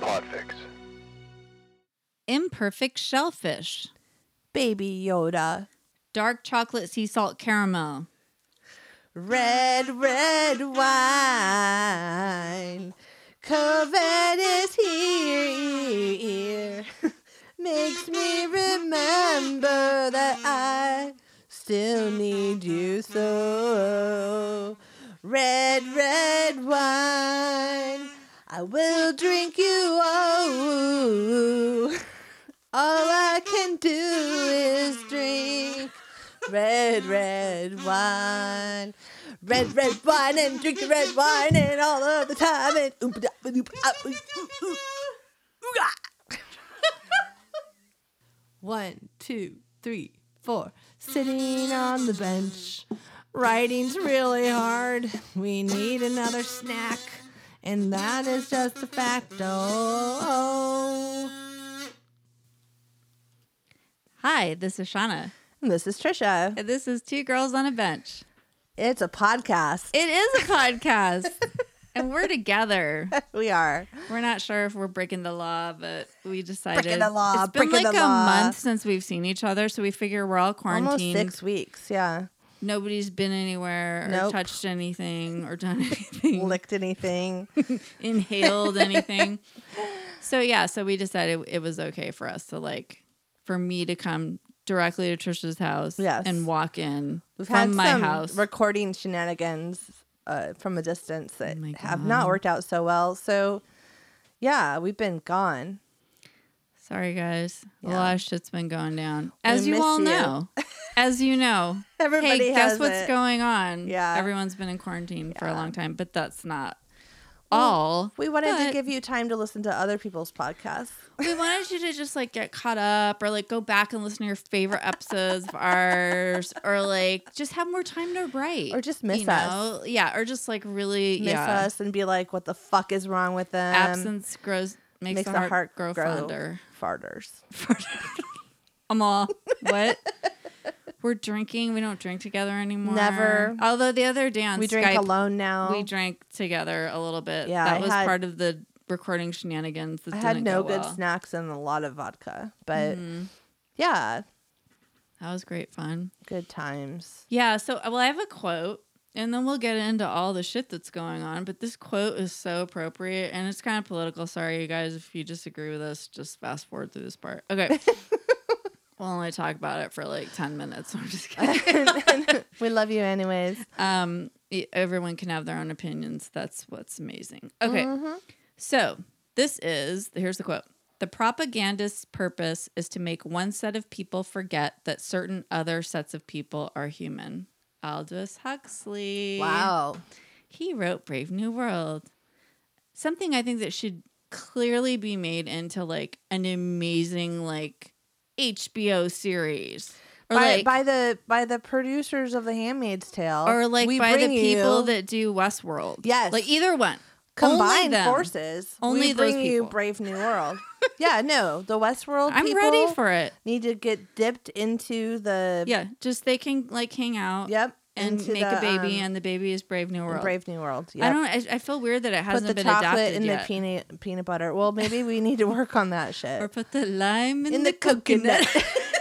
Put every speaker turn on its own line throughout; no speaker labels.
Podfix.
Imperfect shellfish.
Baby Yoda.
Dark chocolate sea salt caramel.
Red, red wine. Covet is here. Makes me remember that I still need you so. Red, red wine. I will drink you. Oh, all I can do is drink red, red wine. Red, red wine and drink the red wine and all of the time and oompa da ba doop ah, oo, oo, oo, ooga. One, two, three, four. Sitting on the bench. Writing's really hard. We need another snack. And that is just a oh. facto.
Hi, this is Shauna.
This is Trisha.
And this is Two Girls on a Bench.
It's a podcast.
It is a podcast. and we're together.
We are.
We're not sure if we're breaking the law, but we decided
Breaking the law,
It's been
breaking
like
the
a
law.
month since we've seen each other, so we figure we're all
Almost
quarantined.
six weeks. Yeah.
Nobody's been anywhere or
Nope.
touched anything or done anything,
Licked anything.
inhaled anything. So yeah, so we decided it was okay for us to like for me to come directly to Trisha's house
Yes.
and walk in
We've
from
had
my
some
house.
recording shenanigans uh, from a distance that
Oh my
have not worked out so well. So, yeah, we've been gone.
Sorry guys. A
Yeah.
lot of shit's been going down. As
miss
you all
you.
know. As you know.
Everybody
hey,
has
guess what's
it.
going on?
Yeah.
Everyone's been in quarantine for a long time, but that's not all.
We wanted to
But-
give you time to listen to other people's podcasts.
we wanted you to just like get caught up or like go back and listen to your favorite episodes of ours or like just have more time to write
Or just miss
you know? yeah or just like really
Miss
yeah
us um, and be like, what the fuck is wrong with them?
absence grows makes, the, heart, grow, fonder
Farters.
i'm all what we're drinking we don't drink together anymore
Never.
although the other day on
We drink
Skype,
alone now.
we drank together a little bit
Yeah,
that
I
was
had-
part of the recording shenanigans that
I had
didn't
no
go
good
well. Mm-hmm.
snacks and a lot of vodka, but yeah,
that was great fun
good times.
Yeah, so uh, well, I have a quote, and then we'll get into all the shit that's going on. But this quote is so appropriate, and it's kind of political. Sorry, you guys, if you disagree with us, just fast forward through this part. Okay, we'll only talk about it for like ten minutes. I'm just kidding.
we love you, anyways.
um, e- everyone can have their own opinions. That's what's amazing. Okay,
Mm-hmm.
so this is here's the quote. The propagandist's purpose is to make one set of people forget that certain other sets of people are human. Aldous Huxley.
Wow.
He wrote Brave New World. Something I think that should clearly be made into like an amazing like HBO series. Or
by,
like
by the by the producers of The Handmaid's Tale,
or like
Uh, we
by the
bring
people
you-
that do Westworld.
Yes.
Like either one. Only
combined
them.
forces,
Only
we
those
bring you
people.
Brave New World. yeah, no, the Westworld.
I'm
people
ready for it.
need to get dipped into the
Yeah. Just they can like hang out.
Yep,
And
into
make a
the,
baby,
um,
and the baby is Brave New World.
Brave New World. Yep.
I don't. I, I feel weird that it
put
hasn't
the
been
chocolate
adapted
in
yet.
the peanut peanut butter. Well, maybe we need to work on that shit.
or put the lime in,
in
the,
the
coconut.
coconut.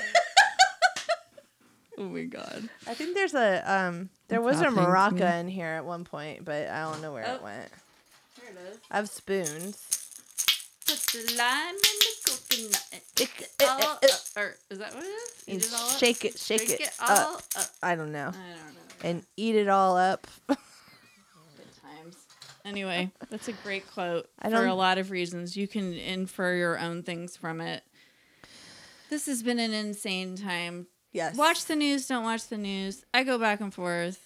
oh my god.
I think there's a um there was a
Dropping,
maraca
yeah.
in here at one point, but I don't know where it
Oh.
went.
Here it is.
I have spoons.
Put the lime in the coconut.
Ick,
It's
ick,
all
ick.
up. Or is that what it is?
Eh, And
Eat it all up?
shake it, shake
Shake
it
it
up.
all up.
I don't know.
I don't know.
And eat it all up.
Good times. Anyway, that's a great quote
I
for
don't-
a lot of reasons. You can infer your own things from it. This has been an insane time.
yes.
Watch the news, don't watch the news. I go back and forth.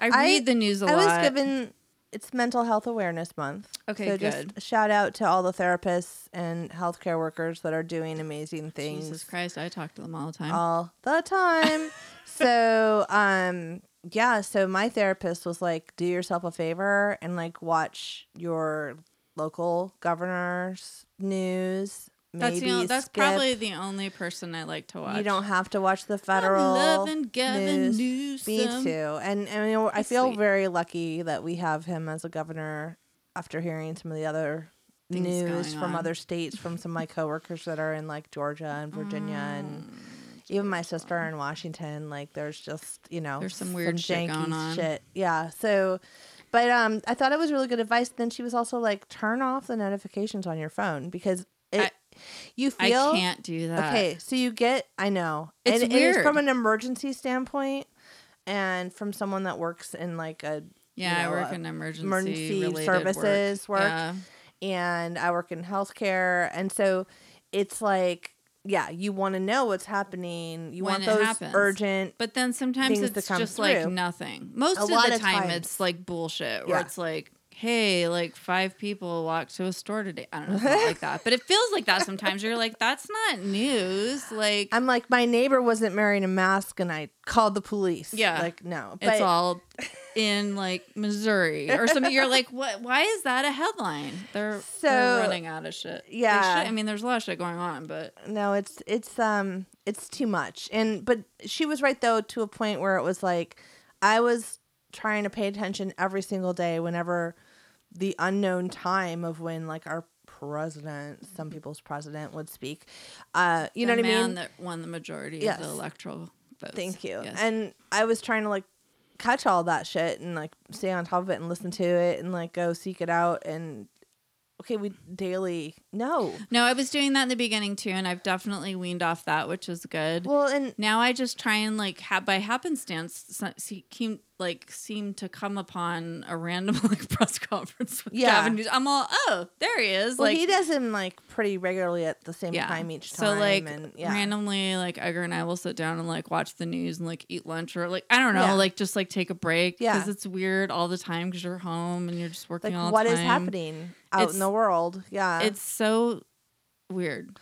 I
I-
read the news a
I
lot.
was given it's Mental Health Awareness Month.
Okay,
so
good.
just shout out to all the therapists and healthcare workers that are doing amazing things
Jesus Christ, I talk to them all the time.
all the time. so, um yeah, so my therapist was like do yourself a favor and like watch your local governor's news.
That's
Maybe
the only, that's
skip-
probably the only person I like to watch.
You don't have to watch the
I'm
federal
loving Gavin
news. Me
Newsom.
too. And I mean, I
He's
feel
sweet.
very lucky that we have him as a governor. After hearing some of the other
things
news
going
from
on.
other states from some of my coworkers that are in like Georgia and Virginia and
Mm,
even my sister in Washington. Like there's just you know
There's some weird shit going on.
shit. Yeah. So, but um, I thought it was really good advice. Then she was also like, turn off the notifications on your phone because it you
I
feel
can't do that.
Okay, so you get I know.
It's
and, and it's
weird.
from an emergency standpoint and from someone that works in like a
Yeah,
you know,
I work
a-
in emergency,
emergency
related
services
work.
work.
Yeah.
and I work in healthcare and so it's like yeah, you want to know what's happening. You
When
want
it
those
happens.
urgent
But then sometimes
Things that
it's
come
just
through.
like nothing. Most
A
of
lot
the
of
time
times.
it's like bullshit where
Yeah.
it's like, hey, like five people walked to a store today. I don't know, it's not like that. But it feels like that sometimes. You're like, that's not news. Like
I'm like my neighbor wasn't wearing a mask and I called the police.
Yeah.
Like no.
it's all in like Missouri or something. You're like, what why is that a headline? They're,
So,
they're running out of shit. They
yeah.
should- I mean there's a lot of shit going on, but
no it's it's um it's too much and but she was right though to a point where it was like i was trying to pay attention every single day whenever the unknown time of when like our president some people's president would speak uh you know
Mm-hmm. the
what
man
i mean
that won the majority
Yes.
of the electoral votes.
Thank you.
Yes.
And I was trying to like catch all that shit and like stay on top of it and listen to it and like go seek it out and okay, we daily no.
No, I was doing that in the beginning too, and I've definitely weaned off that, which is good.
Well, and
now I just try and like ha- by happenstance so- see, keem- like seem to come upon a random like press conference with
Yeah.
Gavin Newsom. I'm all oh there he is
Well,
like
he does them like pretty regularly at the same time each time.
So like
and, yeah.
randomly, like Edgar and I will sit down and like watch the news and like eat lunch or like I don't know,
Yeah.
like just like take a break
Yeah.
because it's weird all the time because you're home and you're just working
like
all
what
the
is
time.
happening out
It's-
in the world? Yeah.
It's so weird.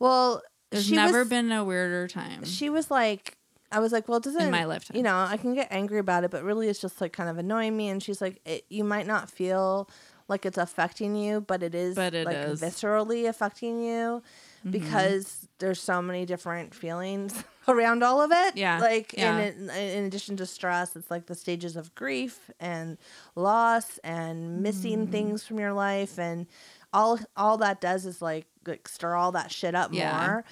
well,
There's
she
never
was,
been a weirder time.
She was like, I was like, well, it doesn't
my lifetime.
You know, I can get angry about it, but really, it's just like kind of annoying me. And she's like, it, you might not feel like it's affecting you, but it is,
But it
like
is. Mm-hmm.
viscerally affecting you because there's so many different feelings around all of it.
Yeah,
like
yeah.
And in, in addition to stress, it's like the stages of grief and loss and
Mm-hmm.
missing things from your life and all all that does is like, like stir all that shit up
Yeah.
more.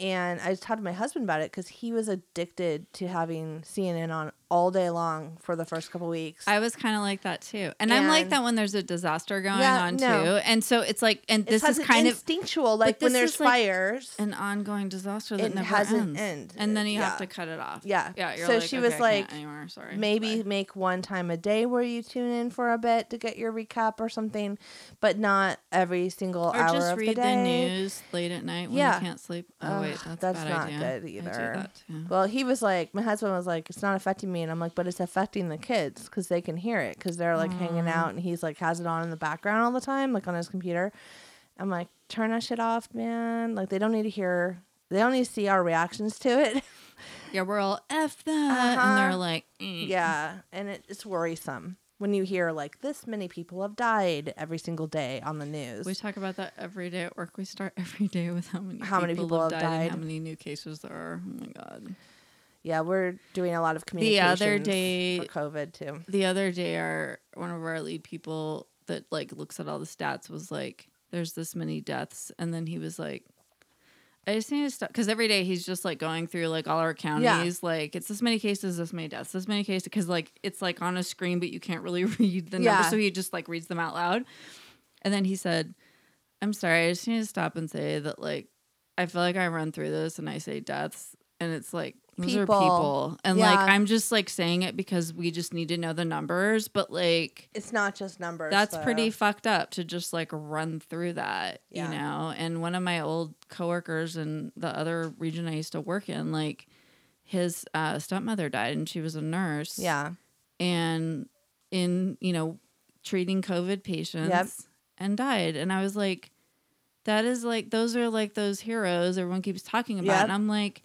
And I talked to my husband about it because he was addicted to having CNN on all day long for the first couple weeks.
I was kind of like that too. And, I'm like
And-
that when there's a disaster going
Yeah,
on
no.
too. And so it's like, and
It's
this is
has an
kind of
instinctual, like when
this
there's
is, like,
fires.
an ongoing disaster that
It
never
hasn't
ends.
end.
And then you
Yeah.
have to cut it off.
Yeah.
Yeah. You're
So
like,
she
"Okay,
was
I can't
like,
anymore. Sorry.
Maybe
Bye."
make one time a day where you tune in for a bit to get your recap or something, but not every single
Or
hour
just
of
read
the
the,
day.
news late at night when
Yeah.
you can't sleep. Oh,
Ugh,
wait. That's, a
that's
bad
not
idea.
good
I do
either.
that too.
Well, he was like, my husband was like, it's not affecting me, and I'm like, but it's affecting the kids because they can hear it because they're like hanging
Mm.
out, and he's like has it on in the background all the time, like on his computer. I'm like, turn that shit off, man. Like they don't need to hear, they don't need to see our reactions to it.
Yeah. We're all F that.
Uh-huh.
And they're like, "Mm."
yeah, and it, it's worrisome when you hear like this many people have died every single day on the news.
We talk about that every day at work. We start every day with how many
How many people have
and
died.
how many new cases there are. Oh my god!
yeah, we're doing a lot of
The
communications
other day-
for COVID too.
the other day our one of our lead people that like looks at all the stats was like there's this many deaths and then he was like i just need to stop because every day he's just like going through like all our counties like it's this many cases this many deaths this many cases because like it's like on a screen but you can't really read the
Yeah.
numbers so he just like reads them out loud and then he said i'm sorry i just need to stop and say that like i feel like i run through this and i say deaths and it's like those
People.
are people and like
Yeah.
i'm just like saying it because we just need to know the numbers but like
It's not just numbers.
that's
though.
pretty fucked up to just like run through that
Yeah.
you know and one of my old coworkers in the other region i used to work in like his uh, stepmother died and she was a nurse
Yeah.
and in you know treating covid patients and died and i was like that is like those are like those heroes everyone keeps talking about
Yep.
and i'm like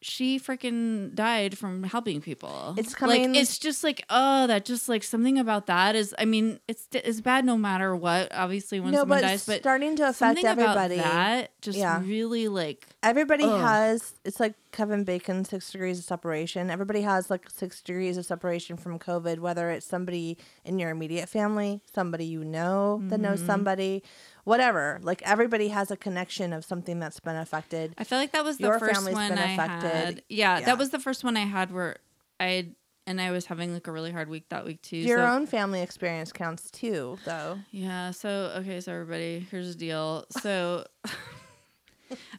she freaking died from helping people
It's coming-
like it's just like oh that just like something about that is i mean it's it's bad no matter what obviously when
no,
someone
but
dies but
starting to affect
something about
everybody.
that just
Yeah.
really like
Everybody
Ugh.
has it's like Kevin Bacon, Six Degrees of Separation. Everybody has like six degrees of separation from COVID, whether it's somebody in your immediate family, somebody you know that knows
Mm-hmm.
somebody, whatever. Like everybody has a connection of something that's been affected.
I feel like that was the
Your
first
family's
one
been
I
affected.
had. Yeah,
Yeah.
that was the first one I had where I and I was having like a really hard week that week too.
Your
so-
own family experience counts too, though.
Yeah. So okay. So everybody, here's the deal. So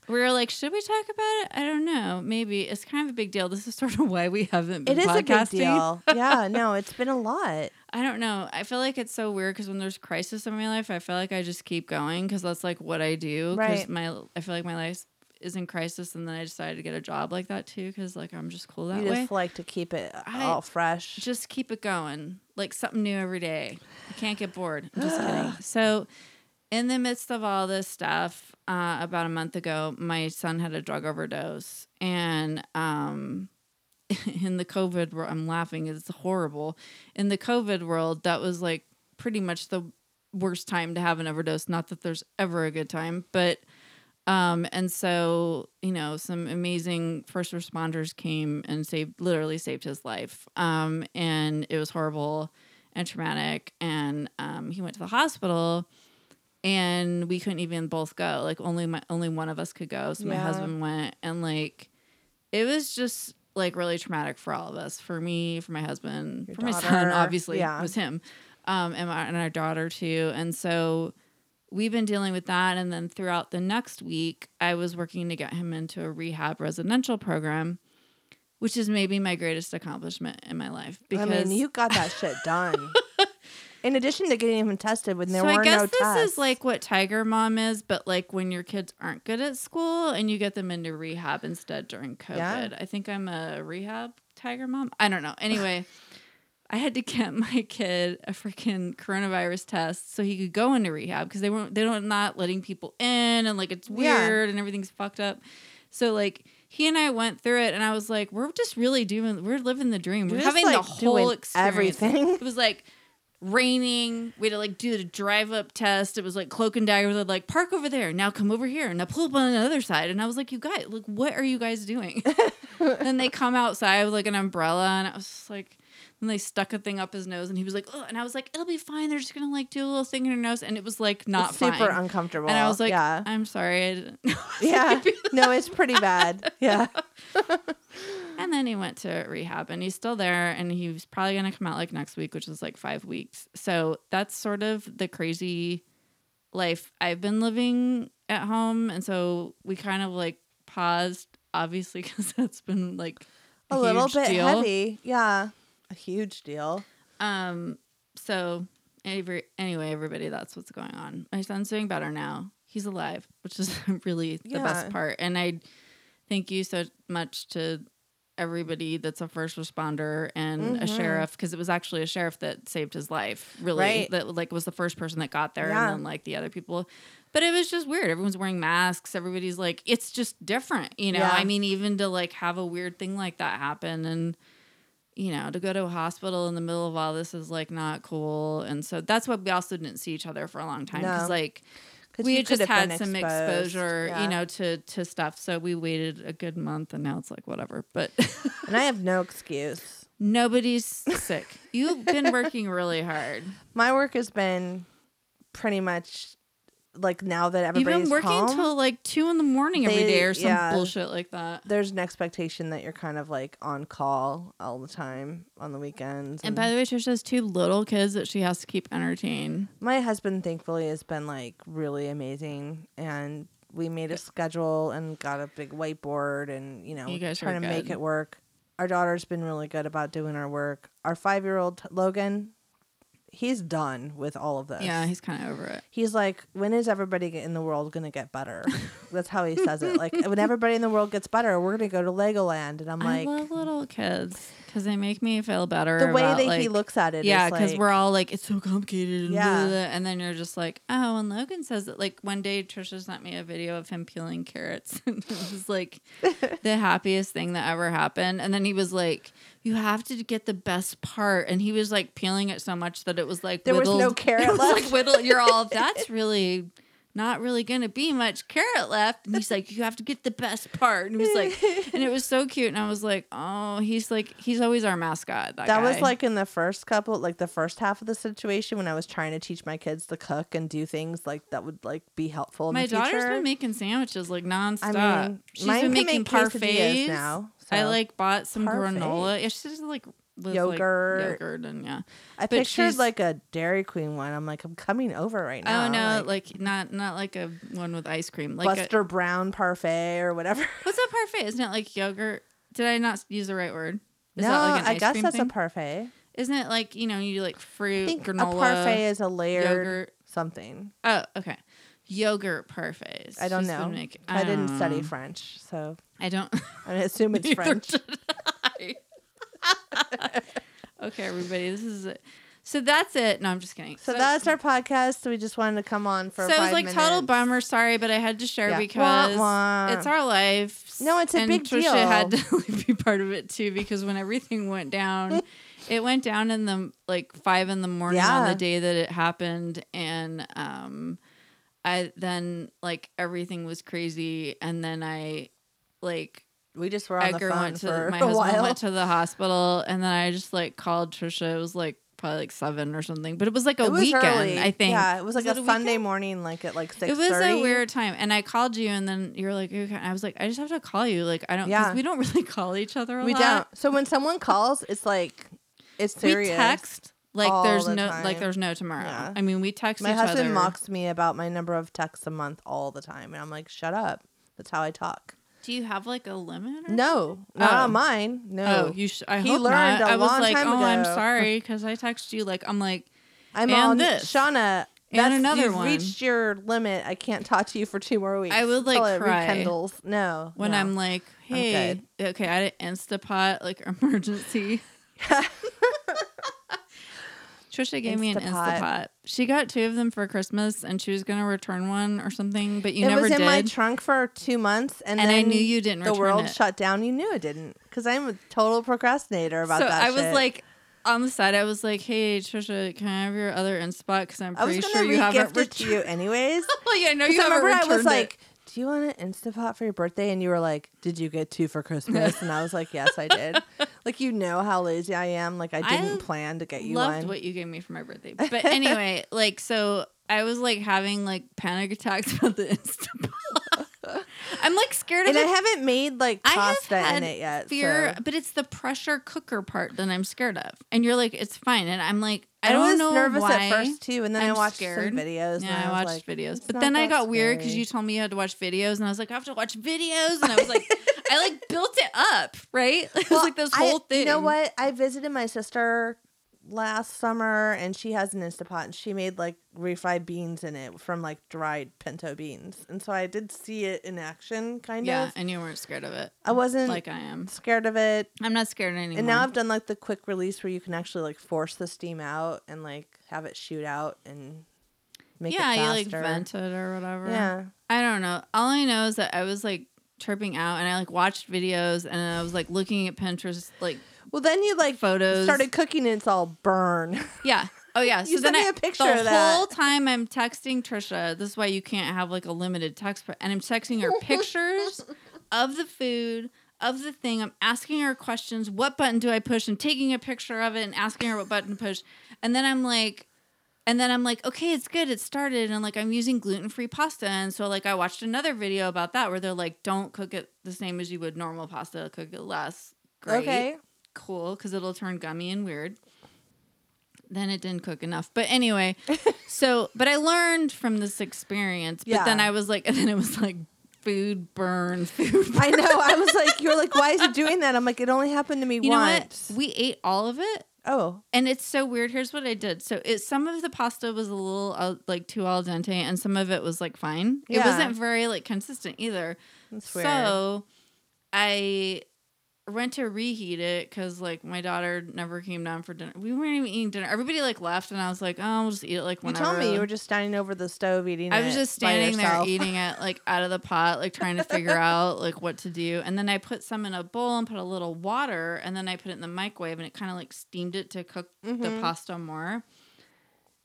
we were like, should we talk about it? I don't know. Maybe it's kind of a big deal. This is sort of why we haven't
It
been
is a
podcasting.
big deal. yeah, no, it's been a lot.
I don't know. I feel like it's so weird because when there's crisis in my life, I feel like I just keep going because that's like what I do. Because
Right.
my I feel like my life is in crisis, and then I decided to get a job like that too because like I'm just cool that
you
way.
just like to keep it
I-
all fresh.
just keep it going like something new every day i can't get bored i'm just kidding so in the midst of all this stuff uh, about a month ago my son had a drug overdose and um in the covid world i'm laughing it's horrible in the covid world that was like pretty much the worst time to have an overdose not that there's ever a good time but um, and so, you know, some amazing first responders came and saved, literally saved his life. Um, and it was horrible and traumatic. And um, he went to the hospital, and we couldn't even both go. Like only my only one of us could go. So my
Yeah.
husband went, and like it was just like really traumatic for all of us. For me, for my husband,
Your
for my son,
daughter.
obviously,
Yeah.
was him, um, and, my, and our daughter too. And so we've been dealing with that and then throughout the next week i was working to get him into a rehab residential program which is maybe my greatest accomplishment in my life because
I mean, you got that shit done. In addition to getting him tested when there
so
were
i guess
no
this
tests.
is like what tiger mom is but like when your kids aren't good at school and you get them into rehab instead during covid
Yeah.
i think i'm a rehab tiger mom i don't know anyway I had to get my kid a freaking coronavirus test so he could go into rehab because they weren't they don't not letting people in and like it's
Yeah.
weird and everything's fucked up. So like he and I went through it and I was like, we're just really doing we're living the dream.
You're
we're
just,
having the
like,
whole
doing
experience.
everything.
It was like raining. We had to like do the drive up test. It was like cloak and dagger. They're like park over there. Now come over here. Now pull up on the other side. And I was like, you guys, like what are you guys doing? then they come outside with like an umbrella, and I was just like, and they stuck a thing up his nose, and he was like, oh, and I was like, it'll be fine. They're just gonna like do a little thing in your nose, and it was like not
It's super
fine.
uncomfortable.
and I was like,
yeah.
I'm sorry, I didn't.
yeah. No, it's pretty bad. Yeah.
and then he went to rehab, and he's still there, and he's probably gonna come out like next week, which is like five weeks. So that's sort of the crazy life I've been living at home, and so we kind of like paused, obviously, because that's been like
A, little
huge
bit
deal.
heavy. Yeah. A huge deal.
Um. So, every, anyway, everybody, that's what's going on. My son's doing better now. He's alive, which is really the best
Yeah.
part. And I thank you so much to everybody that's a first responder and a
Mhm.
sheriff because it was actually a sheriff that saved his life. Really,
Right.
that like was the first person that got there,
Yeah.
and then like the other people. But it was just weird. Everyone's wearing masks. Everybody's like, it's just different, you know.
Yeah.
I mean, even to like have a weird thing like that happen and you know, to go to a hospital in the middle of all this is like not cool. And so that's what we also didn't see each other for a long time because
No.
like
'Cause
we
you
had
could
just
have
had
been
some
exposed.
exposure,
Yeah.
you know, to to stuff. So we waited a good month, and now it's like whatever. But
And I have no excuse.
nobody's sick. You've been working really hard.
My work has been pretty much like now that
You've been
everybody's
working
home,
till like two in the morning every
They-
day or some
yeah.
bullshit like that.
there's an expectation that you're kind of like on call all the time on the weekends.
And by the way, Trisha has two little kids that she has to keep entertained.
my husband thankfully has been like really amazing and we made a schedule and got a big whiteboard and you know
You guys
trying
were
to make
good.
it work our daughter's been really good about doing our work our five-year-old logan he's done with all of this
Yeah, he's kind of over it.
he's like when is everybody in the world gonna get better that's how he says it like when everybody in the world gets better we're gonna go to legoland and i'm like
I love little kids because they make me feel better.
the way
about,
that
like,
he looks at it
Yeah,
because
because we're all like, it's so complicated. And,
Yeah.
blah, blah, and then you're just like, oh, and Logan says that. Like, one day Trisha sent me a video of him peeling carrots. And it was like the happiest thing that ever happened. And then he was like, you have to get the best part. And he was like peeling it so much that it was like,
There was no
whittled-
carrot
it was,
left.
like, whittle. You're all, that's really not really going to be much carrot left. And he's like, you have to get the best part. And he was like, and it was so cute. And I was like, oh, he's like, he's always our mascot. That,
That was
guy.
like in the first couple, like the first half of the situation when I was trying to teach my kids to cook and do things like that would like be helpful. In
my
the
daughter's
future.
been making sandwiches like nonstop.
I mean,
She's
mine
been
can
making
make quesadillas
parfaits
now.
I
so.
like bought some
Parfait.
granola. Yeah, she just like was
Yogurt.
like, yogurt, and yeah.
I
but
pictured
she's-
like a Dairy Queen one. I'm like, I'm coming over right now.
oh no,
like,
like, not not like a one with ice cream. Like a-
uh, Buster Brown parfait or whatever.
what's a parfait? Isn't it like yogurt? Did I not use the right word? Is
no,
that like an
I
ice
guess
cream
that's
thing?
a parfait.
Isn't it like you know you do like fruit
I think
granola?
a parfait is a layered
yogurt.
something.
Oh, okay. Yogurt parfaits.
I don't
She's been um,
know.
making-
I didn't
don't
study
know.
French, so
I don't.
I assume it's
Neither
French.
did I. okay, everybody, this is it. So that's it. No, I'm just kidding.
So that's our podcast. So we just wanted to come on for
so it
five
was like
minutes.
total bummer. Sorry, but I had to share
Yeah. Wah,
because
wah.
it's our life.
No, it's a
and
big
Trisha
deal.
had to be part of it too because when everything went down, it went down in the like five in the morning on
Yeah.
the day that it happened, and um, I then like everything was crazy, and then I like
We just were on
Edgar
the phone
went to
for
my
a
husband
while.
went to the hospital, and then I just like called Trisha. It was like probably like seven or something, but it was like a
it was
weekend.
early.
I think.
Yeah, it was like
Was
a
it a
Sunday
weekend?
morning, like at like six.
It was a weird time, and I called you, and then you were like, okay. I was like, I just have to call you. Like I don't, because
Yeah.
we don't really call each other. A
We
lot.
don't. So when someone calls, it's like it's serious.
We text like
All
there's
the
no
time.
like there's no tomorrow.
Yeah.
I mean, we text
My
each
husband
other.
mocks me about my number of texts a month all the time, and I'm like, "Shut up." That's how I talk.
Do you have like a limit? Or
No, not
Oh.
on mine. No,
Oh, you should. I
He
hope
learned
not.
a
I was
long
like,
time
oh, I'm
ago."
sorry, because I text you like I'm like.
I'm
and
on
this.
Shauna.
And
that's-
another
you've
one.
Reached your limit. I can't talk to you for two more weeks.
I would, like,
till it
cry
rekindles. No,
when
no.
I'm like, hey, okay, I had an Instapot like emergency. Trisha gave me an
Instapot.
Instapot. She got two of them for Christmas, and she was gonna return one or something, but you
it
never
was in
did.
my trunk for two months, and,
And I
then
knew you didn't
The
return
world
it.
shut down. You knew it didn't, because I'm a total procrastinator about
so
that.
I was
shit.
like, on the side, I was like, hey, Trisha, can I have your other Instapot? Because I'm
I was
pretty
gonna
sure you haven't
regift it to
returned.
you anyways.
Well, yeah, I know you
Because I
haven't
remember I
returned
was
it.
like, "Do you want an Instapot for your birthday?" And you were like, "Did you get two for Christmas?" And I was like, "Yes, I did." like you know how lazy I am. Like I
I
didn't plan to get you
loved
one.
what you gave me for my birthday. But anyway, like so I was like having like panic attacks about the Instapot. I'm like scared of
and I
it.
haven't made like
I have
pasta in
had
it yet.
Fear,
so-
but it's the pressure cooker part that I'm scared of. And you're like, it's fine. And I'm like, I,
I,
don't
was
know
nervous
why.
at first too, and then i
I'm
watched
scared.
some videos.
Yeah,
and
I,
I, was
watched
like,
videos,
"It's
but
not
then I
that
got weird because
scary."
you told me you had to watch videos, and I was like, I have to watch videos, and I was like, I like built it up, right? It was
Well,
like this
I-
whole thing.
You know what? I visited my sister last summer, and she has an Instapot, and she made like refried beans in it from like dried pinto beans, and so I did see it in action, kind
Yeah,
of.
and you weren't scared of it
I wasn't
like I am.
scared of it,
I'm not scared anymore.
and now I've done like the quick release where you can actually like force the steam out and like have it shoot out and make
yeah,
it
you
faster.
like vent it or whatever.
Yeah.
I don't know. All I know is that I was like chirping out and I like watched videos and I was like looking at Pinterest like
Well, then you like
Photos.
started cooking, and it's all burn.
yeah. Oh yeah.
You
so
sent
then
me
I-
a picture
the
of that.
whole time I'm texting Trisha. This is why you can't have like a limited text pro- and I'm texting her pictures of the food, of the thing. I'm asking her questions, what button do I push and taking a picture of it and asking her what button to push. And then I'm like and then I'm like, okay, it's good. It started. And like, I'm using gluten free pasta. And so, like, I watched another video about that where they're like, don't cook it the same as you would normal pasta, cook it less. Great.
Okay.
Cool. Cause it'll turn gummy and weird. Then it didn't cook enough. But anyway, so, but I learned from this experience. But
Yeah.
then I was like, and then it was like, food burn, food burn.
I know. I was like, you were like, why is it doing that? I'm like, it only happened to me
You know
once.
what? We ate all of it.
oh,
And it's so weird. Here's what I did. So it, some of the pasta was a little uh, like too al dente, and some of it was like fine. It
Yeah.
wasn't very like consistent either.
that's weird.
So I went to reheat it because like my daughter never came down for dinner. We weren't even eating dinner. Everybody like left, and I was like, oh, we'll just eat it like
you
whenever.
told me you were just standing over the stove eating.
I was
it
just
by
standing there
yourself.
eating it like out of the pot, like trying to figure out like what to do. And then I put some in a bowl and put a little water,
Mm-hmm.
and then I put it in the microwave, and it kind of like steamed it to cook the
Mhm.
pasta more.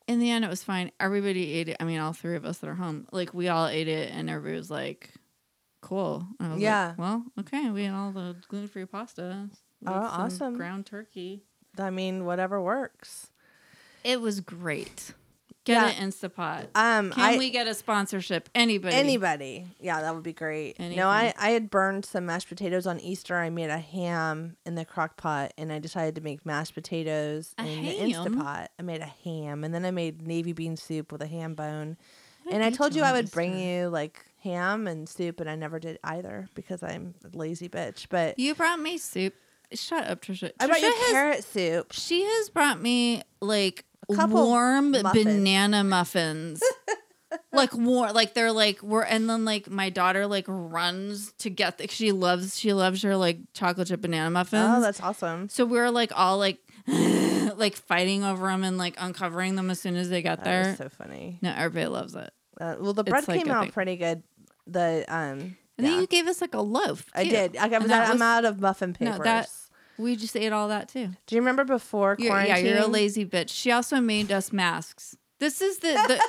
in the end, it was fine. Everybody ate it. I mean, all three of us that are home, like we all ate it, and everybody was like, "Cool." And I was like,
Yeah.
well, okay. We had all the gluten free pasta. with
Oh,
some
awesome.
Ground turkey.
I mean, whatever works.
It was great. Get
Yeah.
it Instapot.
Um,
Can
I,
we get a sponsorship? Anybody?
Anybody. Yeah, that would be great.
Anything.
No, I, I had burned some mashed potatoes on Easter. I made a ham in the crock pot and I decided to make mashed potatoes
A ham?
in the Instapot. I made a ham and then I made navy bean soup with a ham bone.
What
and
are
I
you
told you
doing
I would
this
bring
time?
you like ham and soup and I never did either because I'm a lazy bitch. But
You brought me soup. Shut up, Trisha.
I brought
Trisha
you
has-
carrot soup.
She has brought me like
A couple
warm
muffins.
banana muffins. like warm like they're like we're and then like my daughter like runs to get the, she loves she loves her like chocolate chip banana muffins.
Oh, that's awesome.
so we were like all like like fighting over them and like uncovering them as soon as they got
That
there.
was so funny.
no, everybody loves it.
Uh, well, the
It's
bread
like
came
a
out
thing.
pretty good. The um,
And
yeah.
then you gave us like a loaf.
I
too.
did. I got,
And that
I'm
was-
out of muffin
No,
papers.
that- We just ate all that too.
Do you remember before
You're, yeah,
quarantine?
you're a lazy bitch. She also made us masks. This is the, the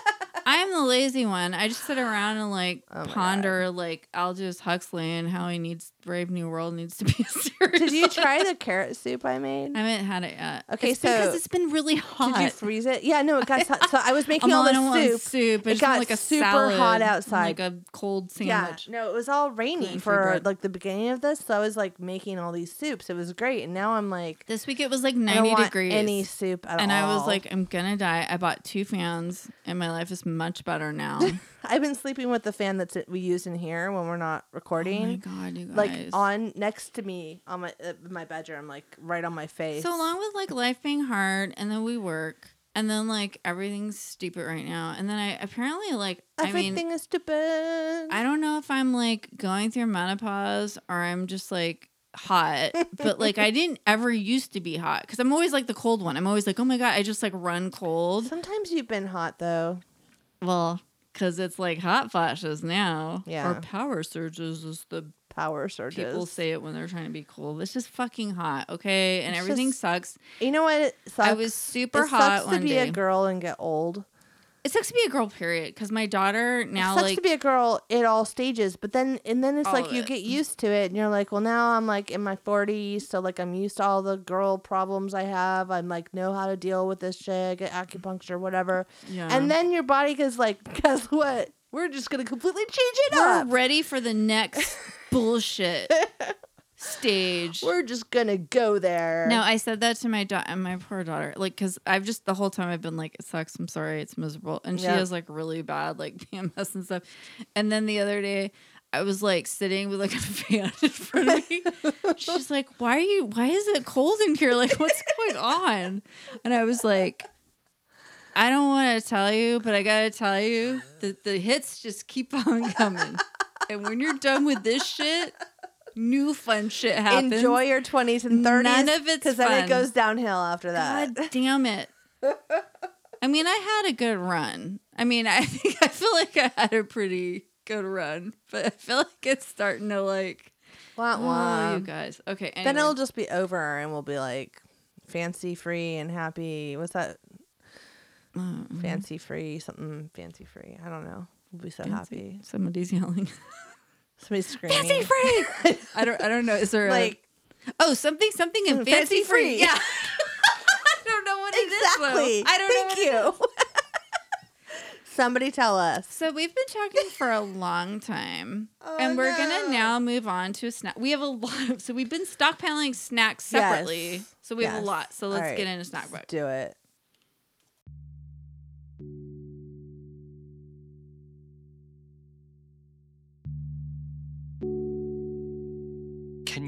I am the lazy one. I just sit around and like
Oh my
ponder like Aldous Huxley and how he needs Brave New World needs to be a series.
Did you try the carrot soup I made?
I haven't had it yet.
Okay,
It's because
so-
it's been really hot.
Did you freeze it? Yeah, no, it got hot. So I was making
I'm
all
all, I
this
don't want
soup.
soup. I
It
just want,
got
like a
super
salad
hot
and,
outside.
like a cold
Yeah,
sandwich.
no, it was all rainy
Gluten-free
for
bread.
like the beginning of this. So I was like making all these soups. It was great, and now I'm like
This week it was like
I don't
90
want
degrees.
any soup at
and
all.
I was like, I'm gonna die. I bought two fans, and my life is much better now.
I've been sleeping with the fan that's we use in here when we're not
oh my
recording.
god, you guys!
like on next to me on my uh, my bedroom, like right on my face.
So along with like life being hard, and then we work, and then like everything's stupid right now, and then I apparently like I mean
Everything is stupid.
I don't know if I'm like going through menopause or I'm just like hot, but like I didn't ever used to be hot because I'm always like the cold one. I'm always like oh my god, I just like run cold.
Sometimes you've been hot though.
Well, because it's like hot flashes now,
Yeah.
or power surges is the
Power surges.
people say it when they're trying to be cool. It's just fucking hot, okay, and
It's
everything
just-
sucks.
You know what? It sucks.
I was super
it
hot
sucks
one
to be
day.
a girl and get old.
It sucks to be a girl, period. Because my daughter now,
it sucks
like,
to be a girl at all stages, but then and then it's
All
like
of
you
it.
get used to it, and you're like, well, now I'm like in my 40s, so like I'm used to all the girl problems I have. I'm like know how to deal with this shit, I get acupuncture, whatever.
yeah.
And then your body goes like, guess what? We're just gonna completely change it
we're
up.
ready for the next bullshit stage.
We're just gonna go there.
no, I said that to my daughter, my poor daughter, like, because I've just the whole time I've been like, it sucks. I'm sorry, it's miserable, and she
Yeah.
has like really bad like PMS and stuff. And then the other day. I was like sitting with like a fan in front of me. She's like, "Why are you? Why is it cold in here? Like, what's going on?" And I was like, I don't want to tell you, but I gotta tell you that the hits just keep on coming. and when you're done with this shit, new fun shit happens.
enjoy your 20s and 30s.
None of it's
because then
fun.
it goes downhill after that.
God damn it. I mean, I had a good run. I mean, I think I feel like I had a pretty good run, but I feel like it's starting to like.
Wah, wah.
Oh, you guys. Okay. Anyway.
Then it'll just be over and we'll be like fancy free and happy. What's that?
Mm-hmm. Mm,
Fancy free, something fancy free. I don't know. We'll be so
fancy.
happy.
Somebody's yelling.
Somebody's screaming.
Fancy free. I don't. I don't know. Is there a-
Like,
Oh, something, something, and fancy,
Fancy
free.
free.
Yeah. I don't know what it is. though.
exactly.
I don't know. what it-
Thank you. Somebody tell us.
So we've been talking for a long time,
Oh,
and we're gonna
no.
now move on to a snack. We have a lot of. So we've been stockpiling snacks separately.
Yes.
So we have
Yes.
a lot. So
All
let's
right.
get into snack book.
Let's Do it.
Can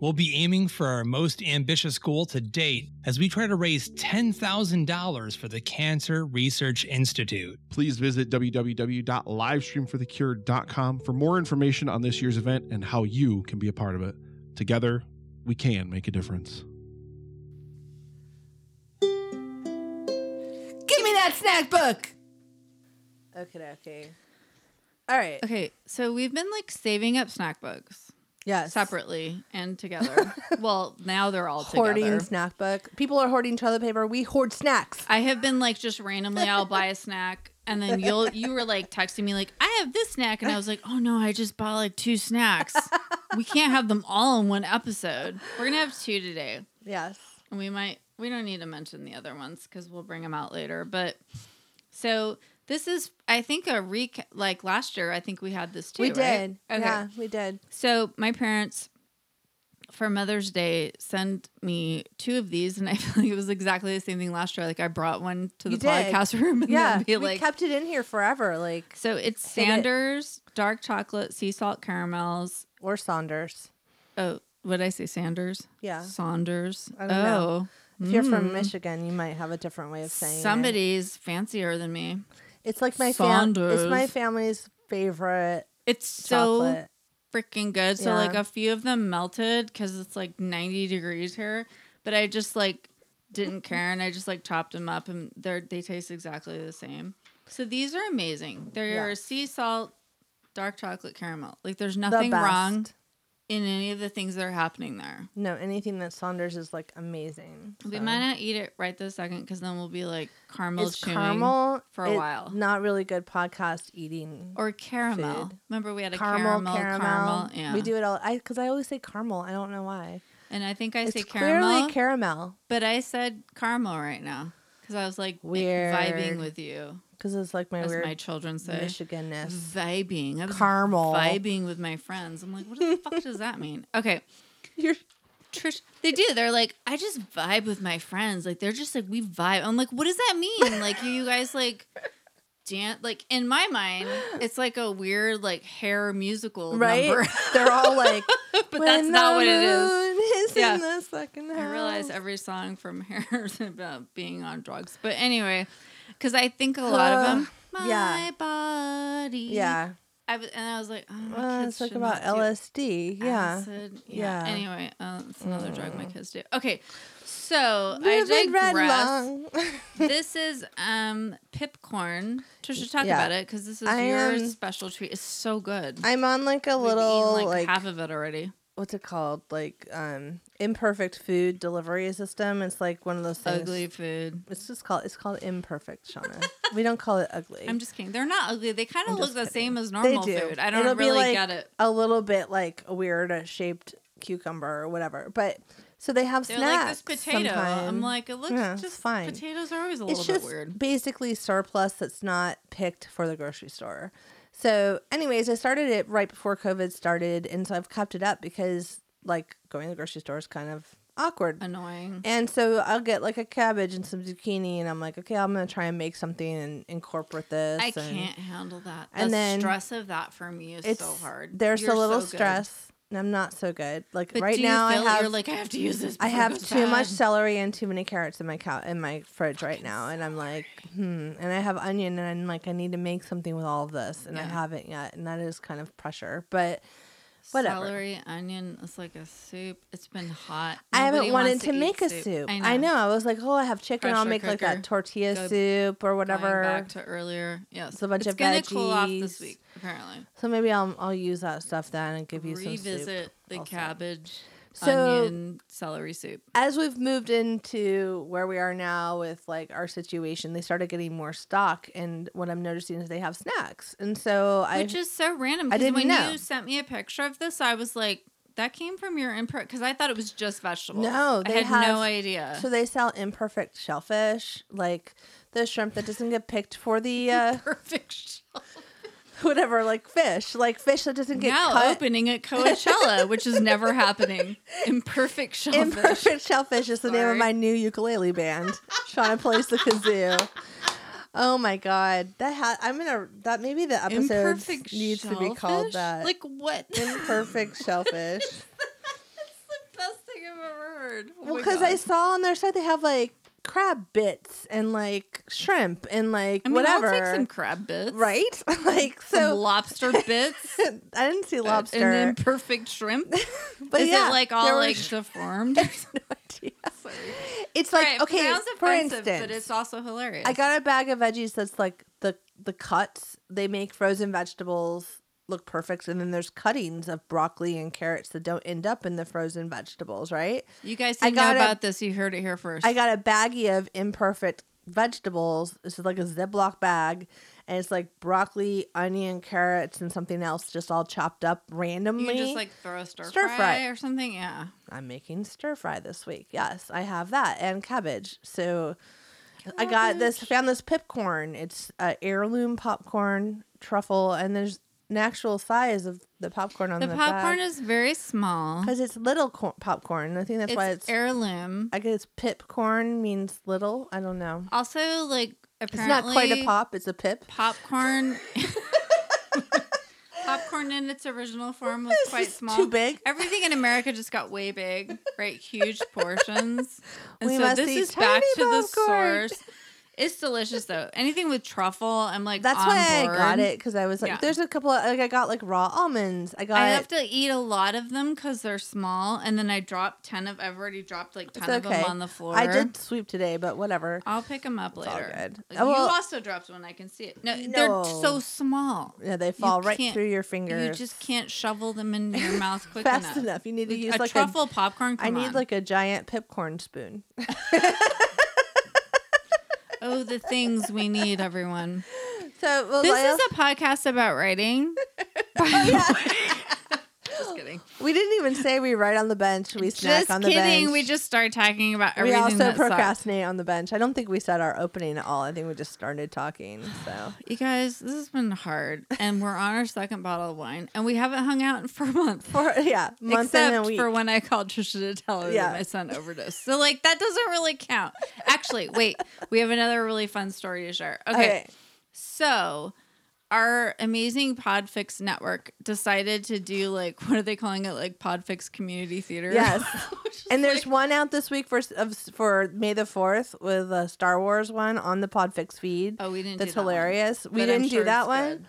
We'll be aiming for our most ambitious goal to date as we try to raise $10,000 for the Cancer Research Institute.
Please visit www.livestreamforthecure.com for more information on this year's event and how you can be a part of it. Together, we can make a difference.
Give me that snack book. Okay, okay. All right.
Okay, so we've been like saving up snack books
Yes.
separately and together. well, now they're all
Hoarding
together.
snack book. People are hoarding toilet paper. We hoard snacks.
I have been like just randomly I'll buy a snack and then you'll you were like texting me like I have this snack and I was like, "Oh no, I just bought like two snacks. we can't have them all in one episode. We're going to have two today."
Yes.
And we might we don't need to mention the other ones cuz we'll bring them out later, but so this is I think a recap like last year I think we had this too,
we
right?
did. Yeah, we did.
So my parents for Mother's Day sent me two of these, and I feel like it was exactly the same thing last year. Like I brought one to the
You did.
podcast room, and
Yeah.
then be
we
like,
kept it in here forever. Like
so it's
Hit it.
Sanders dark chocolate sea salt caramels.
or Saunders.
Oh, what did I say? Sanders.
Yeah.
Saunders.
I don't
oh,
know. If you're from
mm.
Michigan, you might have a different way of saying it.
somebody's fancier than me.
It's like my fam- It's my
Saunders.
family's favorite
It's so
chocolate.
freaking good. So
Yeah.
like a few of them melted because it's like 90 degrees here, but I just like didn't
Mm-hmm.
care and I just like chopped them up and they're they taste exactly the same. So these are amazing. They're
Yeah.
sea salt, dark chocolate caramel. Like there's
The
nothing wrong
best.
in any of the things that are happening there.
No, anything that Saunders is like amazing.
We
So.
might not eat it right this second because then we'll be like caramel
It's
chewing
caramel
for a
it-
while.
Not really good podcast eating.
or caramel.
food.
Remember we had a
caramel,
caramel, caramel, Yeah,
We do it all. I because I always say caramel. I don't know why.
And I think I
it's
say
clearly
caramel.
caramel
But I said caramel right now because I was like
Weird.
vibing with you,
because it's like my
as
weird
my children say.
Michiganness.
Vibing. I was
Caramel.
Vibing with my friends. I'm like, what the fuck does that mean? Okay.
You're
Trish, they do. They're like, I just vibe with my friends. Like, they're just like, we vibe. I'm like, what does that mean? Like, you guys like dance? Like, in my mind, it's like a weird, like, hair musical
right.
number.
They're all like,
But that's not what it is.
is.
Yeah.
in the second
I realize
house."
every song from here is about being on drugs. But anyway, because I think a lot of them. My
Yeah.
body.
Yeah,
I was, and I was like, oh, my
well,
kids
it's like
should
about
not do
LSD. Yeah,
acid. Yeah.
Yeah.
Anyway, uh, it's another drug my kids do. Okay, so I
Vivid red
digress.
lung.
this is um pipcorn. Trisha, talk
Yeah.
about it because this is
I
your
am-
special treat. It's so good.
I'm on like a
We've eaten,
little like,
half of it already.
what's it called like um imperfect food delivery system. It's like one of those things.
Ugly food.
It's just called it's called imperfect, Shauna. we don't call it ugly.
I'm just kidding. They're not ugly. They kind
I'm
of look
just
the
kidding.
same as
They
normal
do.
food. I don't
It'll be,
really
like,
get it.
A little bit like a weird uh, shaped cucumber or whatever. But so they have
They're
snacks.
like this potato. I'm
sometime.
like, it looks
Yeah, it's
just
fine.
fine. Potatoes are always a
it's
little
just
bit weird.
basically surplus that's not picked for the grocery store. So, anyways, I started it right before COVID started, and so I've kept it up because like going to the grocery store is kind of awkward.
Annoying.
And so I'll get like a cabbage and some zucchini, and I'm like, okay, I'm gonna try and make something and incorporate this.
I
and-
can't handle that. The
and then
stress of that for me is so hard.
There's
You're
a little
so good.
stress, and I'm not so good. Like
But
right
do you
now,
feel
I have
you're like I have to use this. before
I
it
have
goes
too much
bad?
celery and too many carrots in my cow in my fridge right now, and I'm like, hmm. And I have onion, and I'm like, I need to make something with all of this, and I
Yeah.
haven't yet, and that is kind of pressure. But whatever.
Celery, onion. It's like a soup. It's been hot.
I haven't
Nobody
wanted
wants
to
eat
make a soup. I know. I was like, oh, I have chicken. I'll
Pressure
make like
cooker.
that tortilla
Go-
soup or
Going
whatever.
back to earlier. Yes.
It's a bunch
it's
of
gonna cool off this
veggies.
week. Apparently.
So maybe I'll I'll use that stuff then and give you some soup.
Revisit the
also.
cabbage,
So-
onion, celery soup.
as we've moved into where we are now with like our situation, they started getting more stock, and what I'm noticing is they have snacks, and so I
Which is so random.
I
Because
didn't
when
know.
you sent me a picture of this, I was like, that came from your imprint because I thought it was just vegetables.
No,
I
they
had
have-
no idea.
so they sell imperfect shellfish, like the shrimp that doesn't get picked for the uh,
Perfect. shell.
whatever, like fish, like fish that doesn't get
now
cut.
opening at Coachella, which is never happening. Imperfect shellfish.
Imperfect Shellfish is the name of
Sorry.
my new ukulele band. Shauna plays the kazoo. Oh my god, that ha- I'm gonna that maybe the episode
Imperfect
needs to be
shellfish?
called that.
Like what?
imperfect shellfish.
That's the best thing I've ever heard. Oh
Well,
my
because I
God.
saw on their site they have like crab bits and like shrimp and like
I mean,
whatever.
I'll take some crab bits,
right? like
Some
so
lobster bits,
I didn't see lobster.
and imperfect shrimp.
but
Is
yeah,
it like
there
all
were
like deformed? It's
shrimty- It's like okay, for instance,
but it's also hilarious.
I got a bag of veggies that's like the the cuts. They make frozen vegetables look perfect, and then there's cuttings of broccoli and carrots that don't end up in the frozen vegetables. Right?
you guys
I
didn't know
got a-
about this. You heard it here first.
I got a baggie of imperfect vegetables. This is like a Ziploc bag, and it's like broccoli, onion, carrots, and something else just all chopped up randomly.
you just like throw a stir,
Stir
fry,
fry.
or something. Yeah,
I'm making stir fry this week. Yes, I have that and cabbage. So I got this found this pipcorn. It's uh, heirloom popcorn truffle, and there's an actual size of the popcorn on
the,
the,
popcorn is very small.
because it's little cor- popcorn. I think that's
It's,
why it's.
heirloom.
I guess pipcorn means little. I don't know.
Also, like
It's
apparently,
not quite a pop. It's a pip.
popcorn popcorn in its original form was
This
quite
is
small
too big.
everything in america just got way big right huge portions and
We
so
must
this
eat
is back to
tiny
the
popcorn.
source it's delicious though anything with truffle i'm like
That's
on
why
board.
I got it because I was like,
Yeah.
there's a couple of like I got like raw almonds. I got
I have to eat a lot of them because they're small, and then I drop ten of. I've already dropped like ten
it's
of them
okay.
on the floor.
I did sweep today, but whatever.
I'll pick them up
all
later.
good.
Like,
Uh, well-
you also dropped one. I can see it. No,
No.
they're so small.
Yeah, they fall right
can't-
through your fingers.
You just can't shovel them in your mouth quick
fast
enough.
enough. You need to use
a
like
truffle popcorn.
a. I
Come
need
on.
like a giant pipcorn spoon.
oh the things we need, everyone.
So well,
This
I
is
also-
a podcast about writing. by
Oh,
the way. just kidding.
we didn't even say we write on the bench. We snack
just
on the
kidding.
bench.
We just start talking about
we
everything.
also
that sucks.
procrastinate on the bench. I don't think we said our opening at all. I think we just started talking. So
You guys, this has been hard, and we're on our second bottle of wine, and we haven't hung out for a month.
for yeah, month
Except
and a week.
for when I called Trisha to tell her
Yeah.
that my son overdosed. So like that doesn't really count. Actually, wait, we have another really fun story to share. Okay.
Okay.
So our amazing Podfix network decided to do like what are they calling it? Like Podfix community theater.
Yes.
Which is
And there's
like-
one out this week for of, for May the fourth with a Star Wars one on the Podfix feed.
Oh, we didn't do
That's
that one.
hilarious. We
But I'm
didn't
sure
do that
it's
one.
good.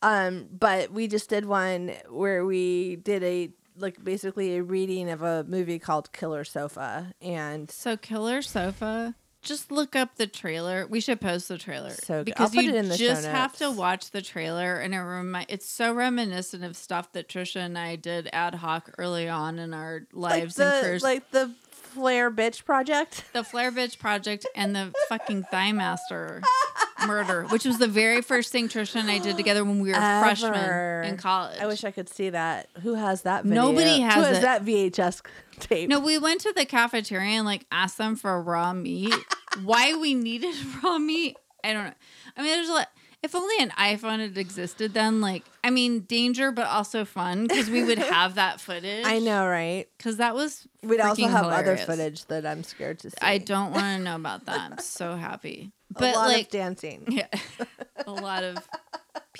Um, but we just did one where we did a like basically a reading of a movie called Killer Sofa, and
So Killer Sofa, just look up the trailer. We should post the trailer
So good.
because
I'll put
you
it in the show
just have to
notes.
watch the trailer, and it remi- it's so reminiscent of stuff that Trisha and I did ad hoc early on in our
like
lives and
the
careers.
like the Flair Bitch Project.
the Flare Bitch Project and the fucking Thigh Master murder, which was the very first thing Trisha and I did together when we were
Ever.
freshmen in college.
I wish I could see that. Who has that? Video?
Nobody has
Who has
it.
that VHS tape?
No, we went to the cafeteria and like asked them for raw meat. Why we needed raw meat, I don't know. I mean, there's a lot. If only an iPhone had existed then, like, I mean, danger, but also fun because we would have that footage.
I know, right?
Because that was.
We'd also
freaking
have
hilarious.
other footage that I'm scared to see.
I don't want to know about that. I'm so happy.
A
But
lot
like,
of dancing.
yeah, a lot of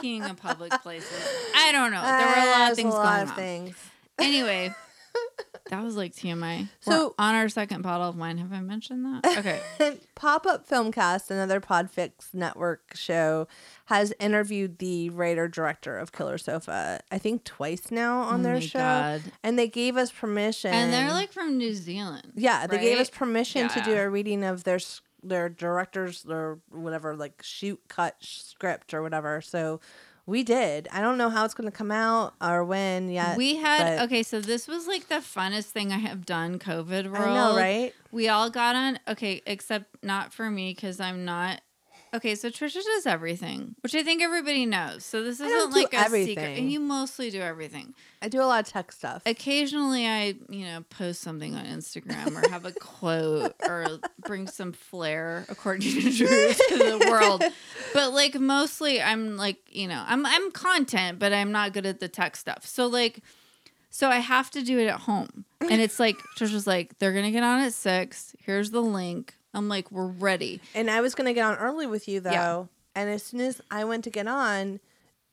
peeing in public places. I don't know. There were a lot
There's
of things
a lot
going
of
on.
things.
Anyway, that was like TMI. So
So-
on our second bottle of wine, have I mentioned that? Okay.
Pop Up Filmcast, another Podfix network show, has interviewed the writer director of Killer Sofa, I think twice now on
Oh
their
my
show.
God.
And they gave us permission.
And they're like from New Zealand.
Yeah, they gave us
right?
permission to do
Yeah.
a reading of their s- their director's their whatever like shoot cut sh- script or whatever. So we did. I don't know how it's going to come out or when yet.
We had
but
okay, so this was like the funnest thing I have done. COVID world,
I know, right?
We all got on okay, except not for me because I'm not. Okay, so Trisha does everything, which I think everybody knows. So this isn't
don't do
like a secret.
everything.
And you mostly do everything.
I do a lot of tech stuff.
occasionally I, you know, post something on Instagram or have a quote or bring some flair according to Drew to the world. But like mostly I'm like, you know, I'm I'm content, but I'm not good at the tech stuff. So like so I have to do it at home. And it's like Trisha's like, they're gonna get on at six. Here's the link. I'm like, we're ready.
And I was going to get on early with you though.
Yeah.
And as soon as I went to get on, Do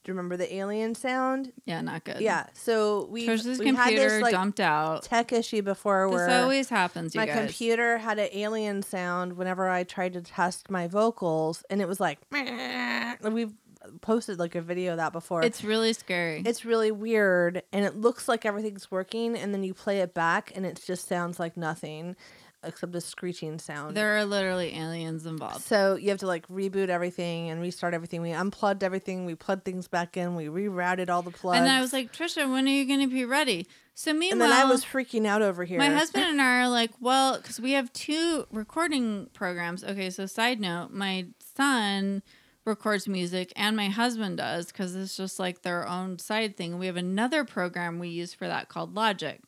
you remember the alien sound?
Yeah, not good.
Yeah. So we
Trish's
we had
Uh, computer
this like
dumped out.
tech issue before
This
where
always happens, you
my
guys.
computer had an alien sound whenever I tried to test my vocals, and it was like "Meh." we've posted like a video of that before.
It's really scary.
it's really weird, and it looks like everything's working, and then you play it back, and it just sounds like nothing except a screeching sound.
there are literally aliens involved.
so you have to like reboot everything and restart everything. We unplugged everything, we plugged things back in, we rerouted all the plugs.
And then I was like, Trisha, when are you going to be ready? So
and
meanwhile,
then I was freaking out over here.
my husband and I are like, well, because we have two recording programs. Okay, so side note, my son records music and my husband does because it's just like their own side thing. We have another program we use for that called Logic.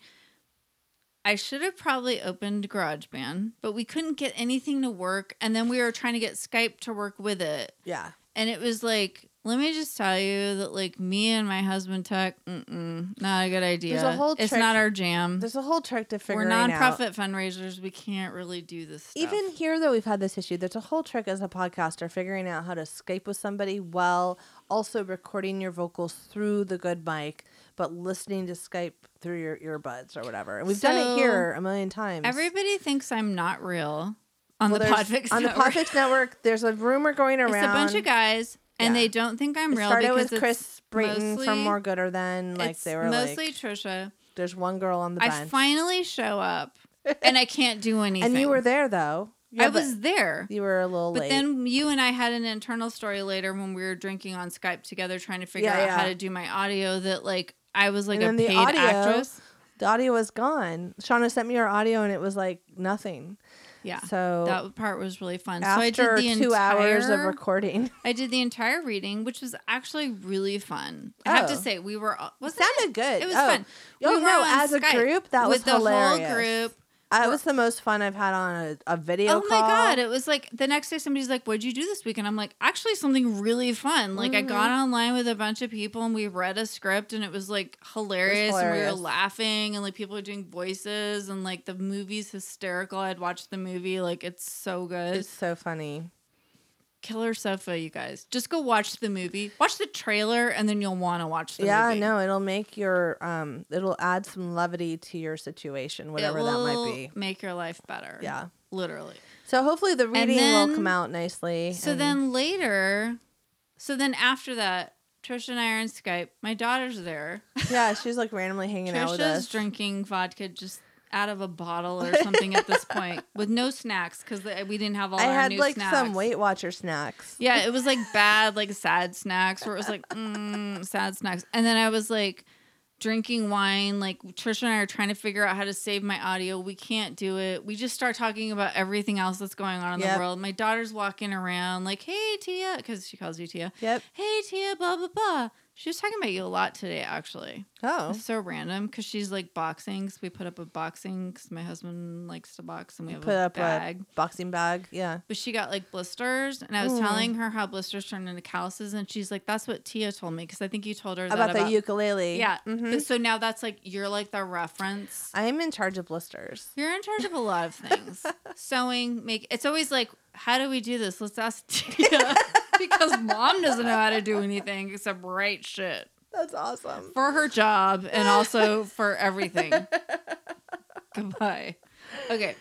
I should have probably opened GarageBand, but we couldn't get anything to work. And then we were trying to get Skype to work with it.
Yeah.
And it was like, let me just tell you that, like, me and my husband, Tuck, mm-mm, not a good idea.
There's a whole
it's
trick-
not our jam.
There's a whole trick to
We're
figuring out.
nonprofit fundraisers. We can't really do this stuff.
Even here, though, we've had this issue. There's a whole trick as a podcaster figuring out how to Skype with somebody while also recording your vocals through the good mic, but listening to Skype through your earbuds or whatever. And we've done
So,
it here a million times.
everybody thinks I'm not real on
Well,
the
there's-
Podfix.
on the
network.
Podfix network, there's a rumor going around.
it's a bunch of guys, and
Yeah.
they don't think I'm
It
real.
started
because
with
it's
Chris Brayton
mostly-
from More Gooder Than. Like
it's
they were
mostly
like,
Trisha.
there's one girl on the
I
bench,
finally show up, and I can't do anything.
and you were there though.
I
Yeah, but
was there.
You were a little
But
late.
then you and I had an internal story later when we were drinking on Skype together, trying to figure
Yeah,
out how
yeah.
to do my audio. That like I was like
And then
a
the
paid
audio-
actress.
the audio was gone. Shauna sent me her audio, and it was like nothing.
Yeah.
So
that part was really fun. so I
after
did the
two hours of
entire-
recording,
I did the entire reading, which was actually really fun. I have to
Oh.
say, we were all,
it
wasn't
sounded good.
It was
Oh.
fun.
Oh,
we were
no,
on
as a
Skype
group, that
with
was
the
hilarious.
whole group.
That was the most fun I've had on a, a video.
oh my
call.
god! It was like the next day somebody's like, "What'd you do this week?" And I'm like, "Actually, something really fun." Like I got
Mm-hmm.
online with a bunch of people and we read a script and it was like hilarious, and we
hilarious.
were laughing and like people were doing voices and like the movie's hysterical. I'd watched the movie like it's so good.
It's so funny.
Killer Sofa, you guys. Just go watch the movie. Watch the trailer, and then you'll want to watch the
yeah,
movie.
no, it'll make your um, it'll add some levity to your situation, whatever
it
that
will
might be.
Make your life better.
Yeah.
Literally.
So hopefully the reading
then-
will come out nicely.
So
and-
then later, so then after that, Trisha and I are on Skype. My daughter's there.
yeah, she's like randomly hanging out with
Trisha's
us.
drinking vodka just out of a bottle or something at this point with no snacks because we didn't have all
I
our
had
new
like
snacks.
some Weight Watcher snacks.
Yeah, it was like bad, like sad snacks where it was like mm, sad snacks. And then I was like drinking wine. Like Trisha and I are trying to figure out how to save my audio. We can't do it. We just start talking about everything else that's going on in
Yep.
the world. My daughter's walking around like, hey, Tia, because she calls you Tia.
Yep.
Hey, Tia, blah, blah, blah. She was talking about you a lot today, actually.
Oh.
It's so random because she's like boxing. So we put up a boxing because my husband likes to box and we have
Put
a
up
bag
a boxing bag. Yeah.
but she got like blisters and i was
Mm.
telling her how blisters turn into calluses and she's like that's what tia told me because i think you told her
About,
that
the ukulele.
yeah
Mhm.
But- so now that's like you're like the reference
I'm in charge of blisters.
you're in charge of a lot of things sewing make it's always like how do we do this let's ask tia because mom doesn't know how to do anything except write shit
That's awesome.
for her job and also for everything. Goodbye. Okay.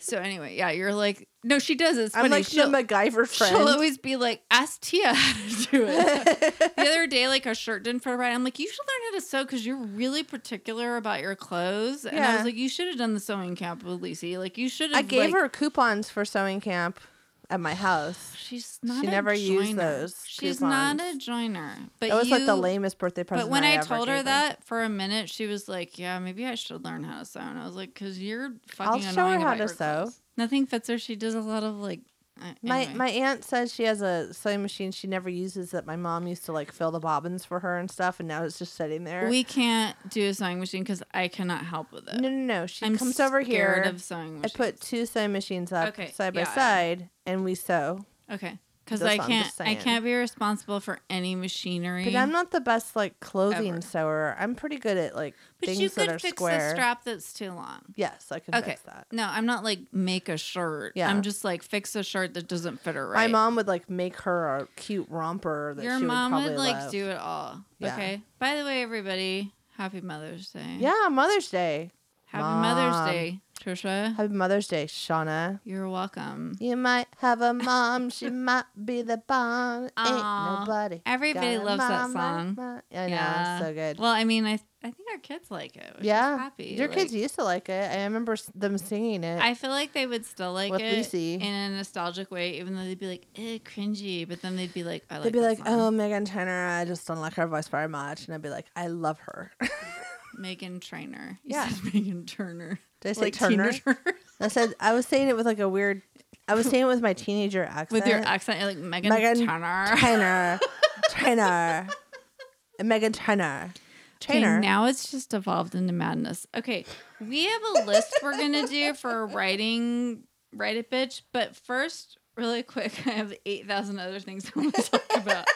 So anyway, yeah, you're like no, she does. It's
I'm
funny.
like
she'll,
the MacGyver friend.
she'll always be like, ask Tia how to do it. the other day, like our shirt didn't fit right. I'm like, you should learn how to sew because you're really particular about your clothes. And I
Yeah.
was like, you should have done the sewing camp with Lisi. Like you should have.
I gave
like-
her coupons for sewing camp at my house.
She's not.
she
a
never used
joiner.
those
She's not a
coupons.
joiner. But
That was like the
you-
lamest birthday present.
But when I,
ever
told her
gave
that for a minute, she was like, "Yeah, maybe I should learn how to sew." And I was like, "Cause you're fucking."
I'll show her
annoying
how
about
to
your
sew.
clothes." Nothing fits her. She does a lot of like. uh,
my
anyway.
my aunt says she has a sewing machine she never uses that my mom used to like fill the bobbins for her and stuff, and now it's just sitting there.
we can't do a sewing machine because I cannot help with it.
no no no. She
I'm
comes over here.
scared of sewing
I
machines.
put two sewing machines up
Okay,
side by
yeah.
side, and we sew.
okay. because
That's
I
what I'm
can't.
just
I
saying.
can't be responsible for any machinery.
But I'm not the best like clothing
Ever.
sewer. I'm pretty good at like
But
things
you
that
could
are
fix
square.
the strap that's too long.
Yes, I can
Okay.
fix that.
No, I'm not like make a shirt.
Yeah.
I'm just like fix a shirt that doesn't fit her
My
right.
mom would like make her a cute romper that
Your
she
mom
would
would,
probably
like
love.
do it all.
Yeah.
Okay. By the way, everybody, happy Mother's Day.
Yeah, Mother's Day.
Happy Mother's
Mom.
Day, Trisha.
Happy Mother's Day, Shauna.
You're welcome.
You might have a mom, she might be the bomb.
Aw,
Ain't nobody.
everybody
got a
loves that
mama.
song.
I know, it's so good.
Well, I mean, I I think our kids like it. Which
yeah,
is happy.
your
Like,
kids used to like it. I remember s- them singing it.
I feel like they would still like
With
it
Lucy.
in a nostalgic way, even though they'd be like, eh, cringy. But then they'd be like, I like.
They'd be
that
like,
song.
"Oh, Megan Trainor, I just don't like her voice very much," and I'd be like, "I love her." Did
Megan Trainer.
Yeah.
Megan Turner.
I say Turner? I said I was saying it with like a weird. I was saying it with my teenager accent.
With your accent, you're like Megan,
Meghan
Turner.
Trainor, Trainor, and Megan Trainor,
Okay,
Trainor.
now it's just evolved into madness. Okay, we have a list we're gonna do for writing write it bitch, but first, really quick, I have eight thousand other things I want to talk about.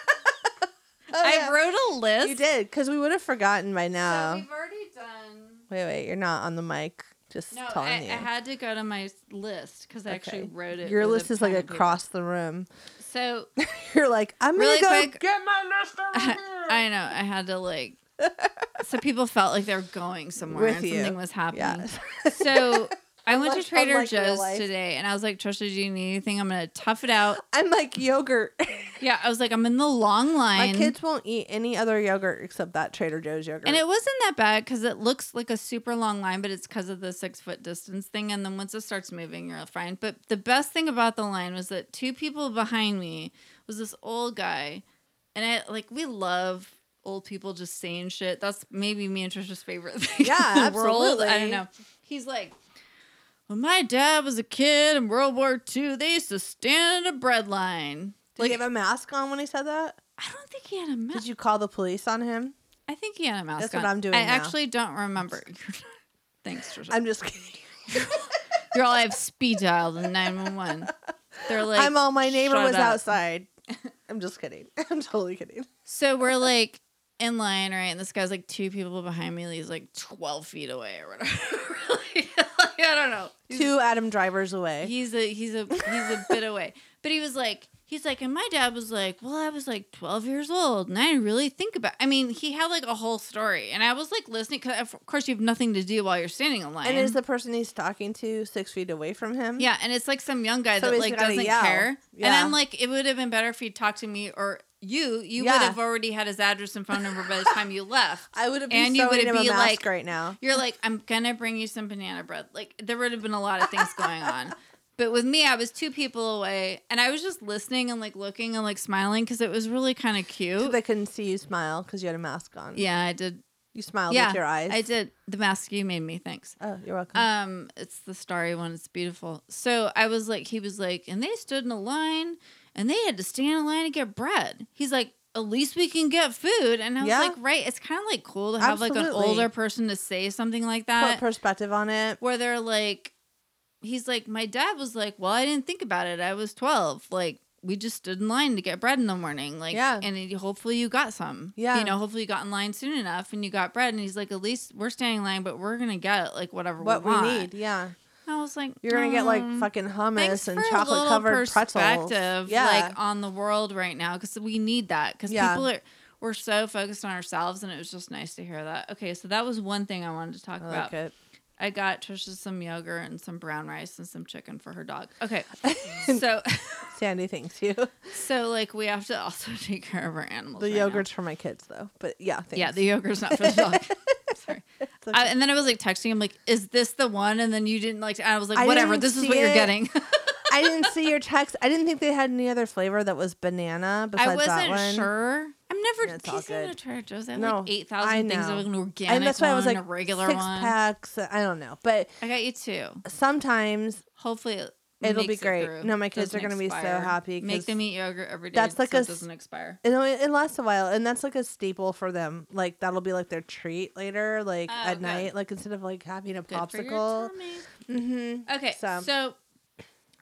Oh,
I
yeah.
wrote a list.
You did Oh. because we would have forgotten by
So
now.
we've already done.
wait, wait, you're not on the mic. Just
No,
telling
I, I
you.
had to go to my s- list because I actually
Okay.
wrote it.
Your
with
list
a
is like
pen and paper.
across the room.
So
You're like, I'm gonna
Really
go
quick.
get my list over
I,
here.
I know I had to like. so people felt like they were going somewhere
With
and
you.
something was happening.
Yes.
So I went to
Unlike-
Trader
unlike real
Joe's
life.
today and I was like, Trisha, do you need anything? I'm gonna tough it out.
I'm like yogurt.
Yeah, I was like, I'm in the long
My
line.
kids won't eat any other yogurt except that Trader Joe's yogurt.
and it wasn't that bad because it looks like a super long line, but it's because of the six foot distance thing. And then once it starts moving, you're fine. But the best thing about the line was that two people behind me was this old guy. And I like, we love old people just saying shit. That's maybe me and Trisha's favorite thing.
Yeah,
in the world. I
absolutely.
don't know. He's like, when my dad was a kid in World War II, they used to stand in a bread line.
Did he have a mask on when he said that?
I don't think he had a mask.
Did you call the police on him?
I think he had a mask
That's what
on.
I'm doing
I
now.
actually don't remember. Thanks, Trisha.
I'm just kidding.
You're all I have speed dialed in 911. They're like,
I'm all my neighbor
"Shut
was
up."
outside. I'm just kidding. I'm totally kidding.
So we're like in line, right? And this guy's like two people behind me. and He's like 12 feet away or whatever. like, I don't know.
Two Adam drivers away.
He's a he's a he's a bit away. But he was like he's like and my dad was like, "Well, I was like 12 years old and I didn't really think about I mean, he had like a whole story. And I was like listening cuz of course you have nothing to do while you're standing in line.
and is the person he's talking to six feet away from him?
yeah, and it's like some young guy that
Somebody's
like
gotta
doesn't
yell.
care. And
Yeah.
I'm like it would have been better if he talked to me or you, you
Yeah.
would have already had his address and phone number by the time you left.
I would have been
And you
sewing
would
him a
be
mask
like-
right now.
You're like, I'm gonna bring you some banana bread. Like there would have been a lot of things going on. But with me, I was two people away and I was just listening and like looking and like smiling because it was really kind of
So
cute.
they couldn't see you smile because you had a mask on.
yeah, I did.
You smiled
yeah,
with your eyes.
I did. The mask you made me, thanks.
Oh, you're welcome.
Um, it's the starry one. It's beautiful. So I was like, he was like, and they stood in a line, and they had to stand in line to get bread. He's like, at least we can get food. And I was
Yeah.
like, right. It's kind of like cool to have like an
Absolutely.
older person to say something like
Put
that,
perspective on it.
where they're like, he's like, my dad was like, well, I didn't think about it. I was twelve. Like. We just stood in line to get bread in the morning, like,
Yeah.
and it- hopefully you got some.
Yeah.
you know, hopefully you got in line soon enough and you got bread. And he's like, at least we're standing in line, but we're gonna get it, like whatever
What we
want.
need. Yeah.
I was like,
You're gonna get like
"Mm,
fucking
thanks
hummus and
for a
chocolate
little
covered pretzels.
perspective,
Yeah.
like on the world right now because we need that because
Yeah.
people are we're so focused on ourselves and it was just nice to hear that. Okay, so that was one thing I wanted to talk
I
about.
like it.
I got Trisha some yogurt and some brown rice and some chicken for her dog. Okay, so
Sandy thanks you.
so like we have to also take care of our animals.
The
right now.
yogurt's for my kids though. But yeah, thanks.
Yeah, the yogurt's not for the dog. Sorry.
It's okay.
I, and then I was like texting him, like, "Is this the one?" And then you didn't like. I was like,
I
"Whatever,
didn't
this is
see
what you're
it.
getting."
I didn't see your text. I didn't think they had any other flavor that was banana besides
I wasn't
that one.
sure. I'm
Yeah,
never
it's all
tasting a
good.
Trader Joe's. I have
No,
like eight
I
thousand things
know.
of an organic
And that's why
one,
I was like
a regular
six
one.
packs. I don't know, but
I got you two.
sometimes
Hopefully it
It'll be
makes it
great.
through.
No, my kids
Doesn't
are gonna be so
expire.
happy
Make
'cause
them eat yogurt every day.
that's like
so
a
it
s-
doesn't expire.
it, only- it lasts a while, and that's like a staple for them. Like that'll be like their treat later, like
Oh,
at
good.
night. Like instead of like having a
Good for your
popsicle.
tummy.
Mm-hmm.
Okay,
So-
so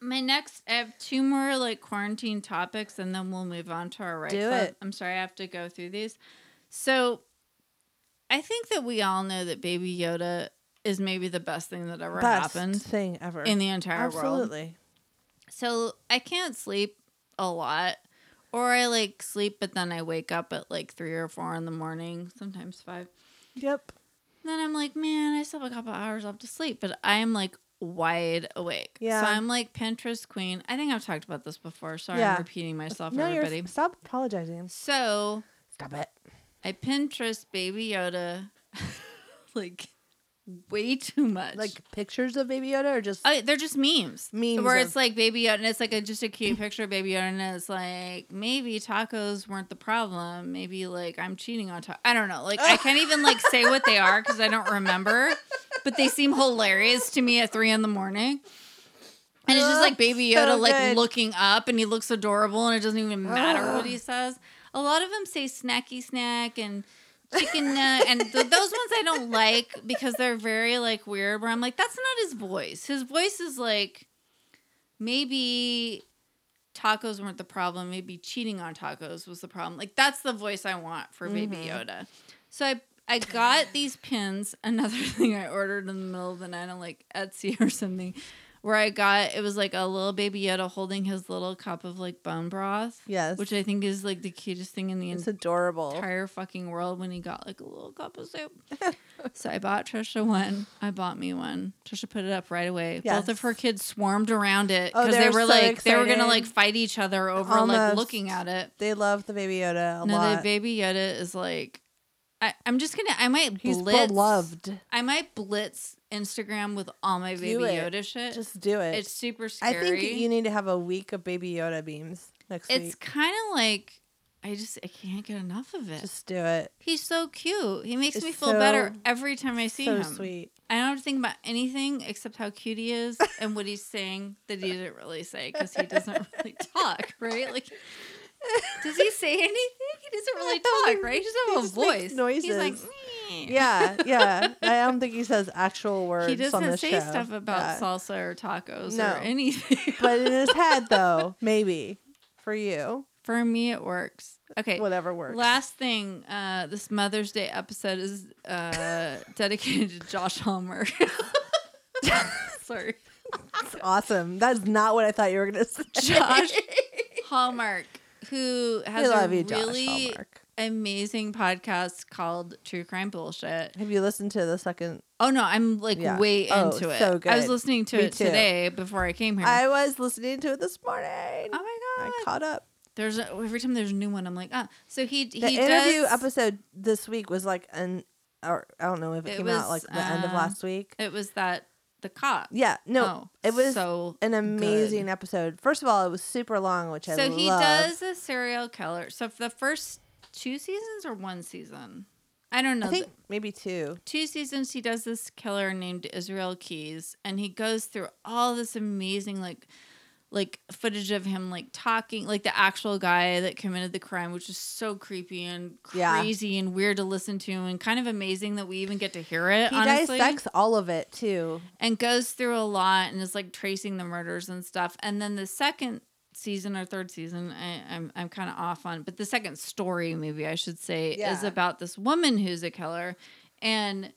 My next, I have two more like quarantine topics, and then we'll move on to our right.
Do
club.
it.
I'm sorry, I have to go through these. So, I think that we all know that Baby Yoda is maybe the best thing that ever
Best
happened
thing ever.
in the entire world.
Absolutely.
So I can't sleep a lot, or I like sleep, but then I wake up at like three or four in the morning, sometimes five.
Yep.
Then I'm like, man, I still have a couple hours left to sleep, but I'm like wide awake.
Yeah.
So I'm like Pinterest queen. I think I've talked about this before. Sorry,
Yeah.
I'm repeating myself,
No,
everybody.
you're stop apologizing.
So
Stop it.
I Pinterest Baby Yoda like way too much.
Like pictures of Baby Yoda or just
I, Oh, they're just memes.
Memes
Where
of-
it's like Baby Yoda, and it's like a, just a cute picture of Baby Yoda, and it's like maybe tacos weren't the problem. Maybe like I'm cheating on tacos. I don't know. Like I can't even like say what they are because I don't remember, but they seem hilarious to me at three in the morning. And it's just like Baby
So
Yoda like
good.
looking up, and he looks adorable, and it doesn't even matter what he says. A lot of them say snacky snack and chicken nugget, and th- those ones I don't like because they're very like weird. Where I'm like, that's not his voice. His voice is like maybe tacos weren't the problem. Maybe cheating on tacos was the problem. Like that's the voice I want for Baby
Mm-hmm.
Yoda. So I. I got these pins, another thing I ordered in the middle of the night on like Etsy or something, where I got it was like a little baby Yoda holding his little cup of like bone broth.
Yes.
Which I think is like the cutest thing in the
it's adorable.
entire fucking world when he got like a little cup of soup. so I bought Trisha one. I bought me one. Trisha put it up right away. Both
Yes.
of her kids swarmed around it
Oh,
because
they
they
were
were
so
like they were gonna
excited.
like fight each other over like
Almost.
looking at it.
They love the Baby Yoda a
no,
lot.
the baby Yoda is like, I, I'm just gonna. I might
He's
blitz.
beloved.
I might blitz Instagram with all my baby
it.
Yoda shit.
Just do it.
it's super
I
scary.
think you need to have a week of Baby Yoda beams next
it's
week.
kind of like I just I can't get enough of it.
Just do it.
He's so cute. He makes
It's
me feel
so-
better every time I see
so
him.
sweet.
I don't have to think about anything except how cute he is and what he's saying that he didn't really say because he doesn't really talk, right? Like, does he say anything? He doesn't really talk, right? He doesn't have
just
a voice.
makes
He's like,
noises.
"Meh."
Yeah, yeah. I don't think he says actual words.
He
on the
doesn't say
show.
stuff
Yeah.
about salsa or tacos
No.
or anything.
But in his head, though, maybe for you,
for me, it works. Okay.
whatever works.
Last thing, uh, this Mother's Day episode is uh, dedicated to Josh Homer. Sorry.
That's awesome. That's not what I thought you were gonna say.
Josh Hallmark, who
I
has a
love you, Josh.
really
Hallmark.
amazing podcast called True Crime Bullshit.
Have you listened to the second?
Oh no, I'm like
Yeah.
way
Oh,
into it.
so
I was
good.
listening to
Me
it
too.
today before I came here.
I was listening to it this morning.
oh my
I
god!
caught up.
there's a, every time there's a new one, I'm like, ah. So he
The
he
interview
does,
episode this week was like an, or I don't know if it,
It
came out like
was,
the end of
uh,
last week.
It was that the cop.
Yeah, no,
Oh,
it was
so
an amazing
good.
episode. First of all, it was super long, which I
So he
love.
does a serial killer. So for the first two seasons or one season, I don't know.
I think maybe two.
two seasons he does this killer named Israel Keys and he goes through all this amazing like like footage of him like talking like the actual guy that committed the crime which is so creepy and
Yeah.
crazy and weird to listen to and kind of amazing that we even get to hear it
He
honestly
dissects all of it too.
and goes through a lot and is like tracing the murders and stuff and then the second season or third season I, i'm, I'm kind of off on but the second story movie i should say is
Yeah.
about this woman who's a killer and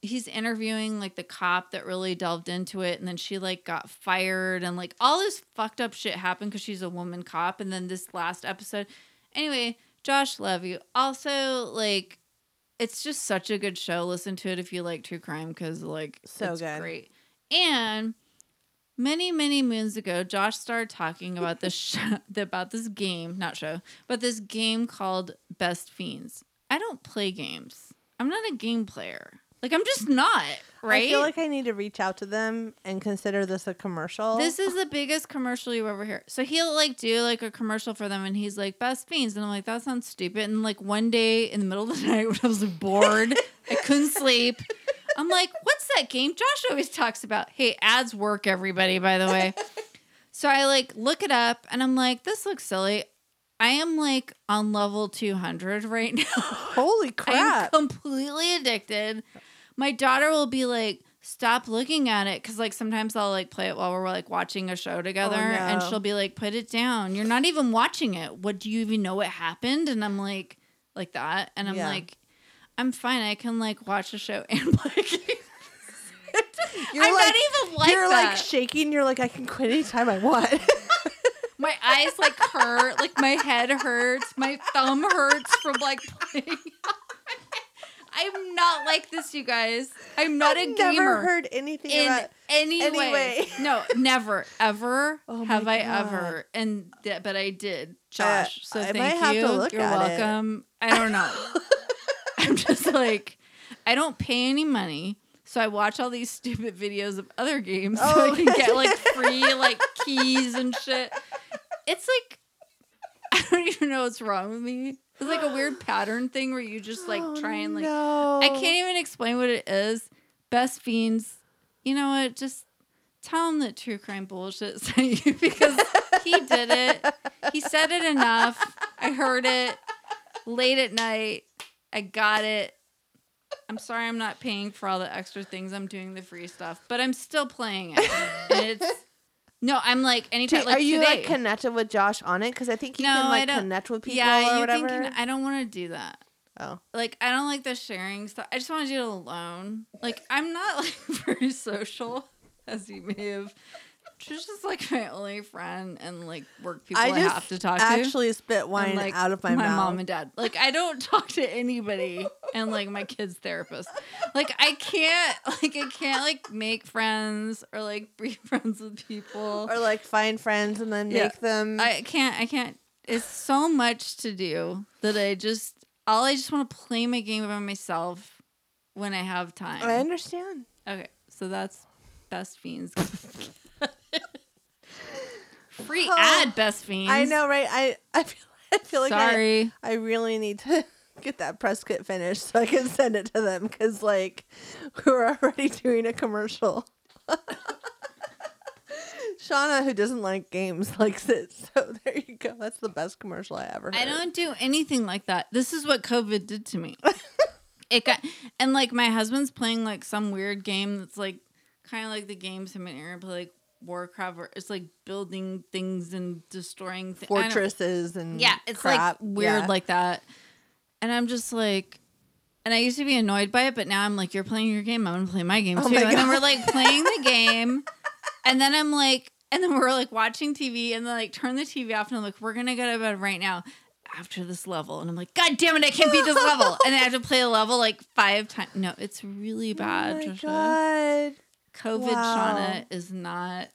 he's interviewing like the cop that really delved into it and then she like got fired and like all this fucked up shit happened because she's a woman cop and then this last episode anyway josh love you also like it's just such a good show listen to it if you like true crime because like
So
it's
good.
great and many many moons ago josh started talking about this show, about this game not show but this game called best fiends i don't play games i'm not a game player like i'm just not right
I feel like I need to reach out to them and consider this a commercial.
this is the biggest commercial you ever hear. So he'll like do like a commercial for them, and he's like Best Fiends, and I'm like that sounds stupid. And like one day in the middle of the night when I was bored, I couldn't sleep. I'm like, what's that game Josh always talks about? Hey, ads work, everybody. By the way, so I like look it up, and I'm like, this looks silly. I am like on level 200 right now.
holy crap.
I'm completely addicted. My daughter will be like, stop looking at it because like sometimes I'll like play it while we're like watching a show together and
Oh, no.
she'll be like, put it down. You're not even watching it. What do you even know what happened? And I'm like, like that. And I'm
Yeah.
like, I'm fine. I can like watch a show and play games.
You're
I'm
like-
not even like
you're
that.
like shaking. You're like, I can quit anytime I want.
my eyes like hurt, like my head hurts, my thumb hurts from like playing. I'm not like this, you guys. I'm not a
I've
gamer.
never heard anything
in
about.
any,
any
way.
way.
no, never, ever
Oh my
have I
God. Uh,
ever. And th- but I did, Josh. so
I
thank
might
you.
have to look
You're
at it.
welcome. I don't know. I'm just like, I don't pay any money. So I watch all these stupid videos of other games so
Oh.
I can get like free like keys and shit. It's like I don't even know what's wrong with me. It's like a weird pattern thing where you just like try and
Oh,
like
No.
I can't even explain what it is. Best fiends, you know what? Just tell him that true crime bullshit sent you because he did it. He said it enough. I heard it late at night. I got it. I'm sorry I'm not paying for all the extra things. I'm doing the free stuff, but I'm still playing it. And it's no, I'm like anytime. like
Are you
today.
like connected with Josh on it? Because I think you
No,
can
I
like
don't-
connect with people
yeah,
or
you
whatever.
can. I don't want to do that.
oh,
like I don't like the sharing stuff. I just want to do it alone. Like I'm not like very social, as you may have. Trish is like my only friend and like work people I, have to talk to.
actually spit
And,
wine
like,
out of my, mouth.
mom and dad. Like I don't talk to anybody, and like my kids' therapist. Like I can't, like I can't like make friends or like be friends with people.
or like find friends and then
Yeah.
make them.
I can't. I can't. It's so much to do that I just all I just want to play my game by myself when I have time.
I understand.
Okay, so that's Best Fiends. Free
Oh,
ad, Best Fiends.
I know, right? I I feel, I feel like I-
Sorry,
I really need to get that press kit finished so I can send it to them because like we're already doing a commercial. Shauna, who doesn't like games, likes it. So there you go. That's the best commercial I ever heard.
I don't do anything like that. This is what COVID did to me. it got and like my husband's playing like some weird game that's like kind of like the games him and Aaron play like Warcraft. Or it's like building things and destroying things.
Fortresses and
Yeah, it's
crap.
like weird
Yeah.
like that. And I'm just like. And I used to be annoyed by it, but now I'm like, you're playing your game. I'm gonna play my game
Oh
too.
my
and then
God.
we're like playing the game, and then I'm like, and then we're like watching TV, and then like turn the TV off, and I'm like, we're gonna go to bed right now after this level, and I'm like, God damn it, I can't beat this level, and I have to play a level like five times. No, it's really
Oh
bad.
my
Trisha.
god.
COVID,
Wow.
Shauna is not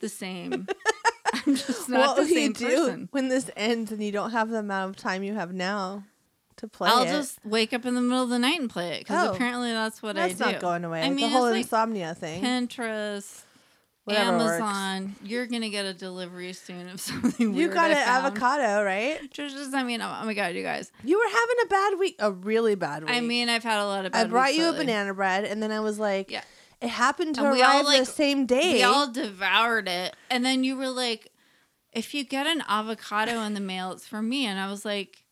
the same. I'm just not
what
the
will you
same
do
person.
when this ends and you don't have the amount of time you have now to play
I'll
it?
just wake up in the middle of the night and play it because
Oh.
apparently that's what I do.
That's not going away.
I mean,
the whole
it's like
insomnia thing.
Pinterest,
Whatever
Amazon. You're gonna get a delivery soon of something.
You
weird
got
I
an
found.
avocado, right?
Just, I mean, oh, oh my god, you guys.
You were having a bad week, a really bad week.
I mean, I've had a lot of.
I
Bad
brought
weeks
you a
lately.
banana bread, and then I was like,
Yeah.
it happened to
And
arrive
we all,
the
like-
same day.
We all devoured it, and then you were like, "If you get an avocado in the mail, it's for me." And I was like,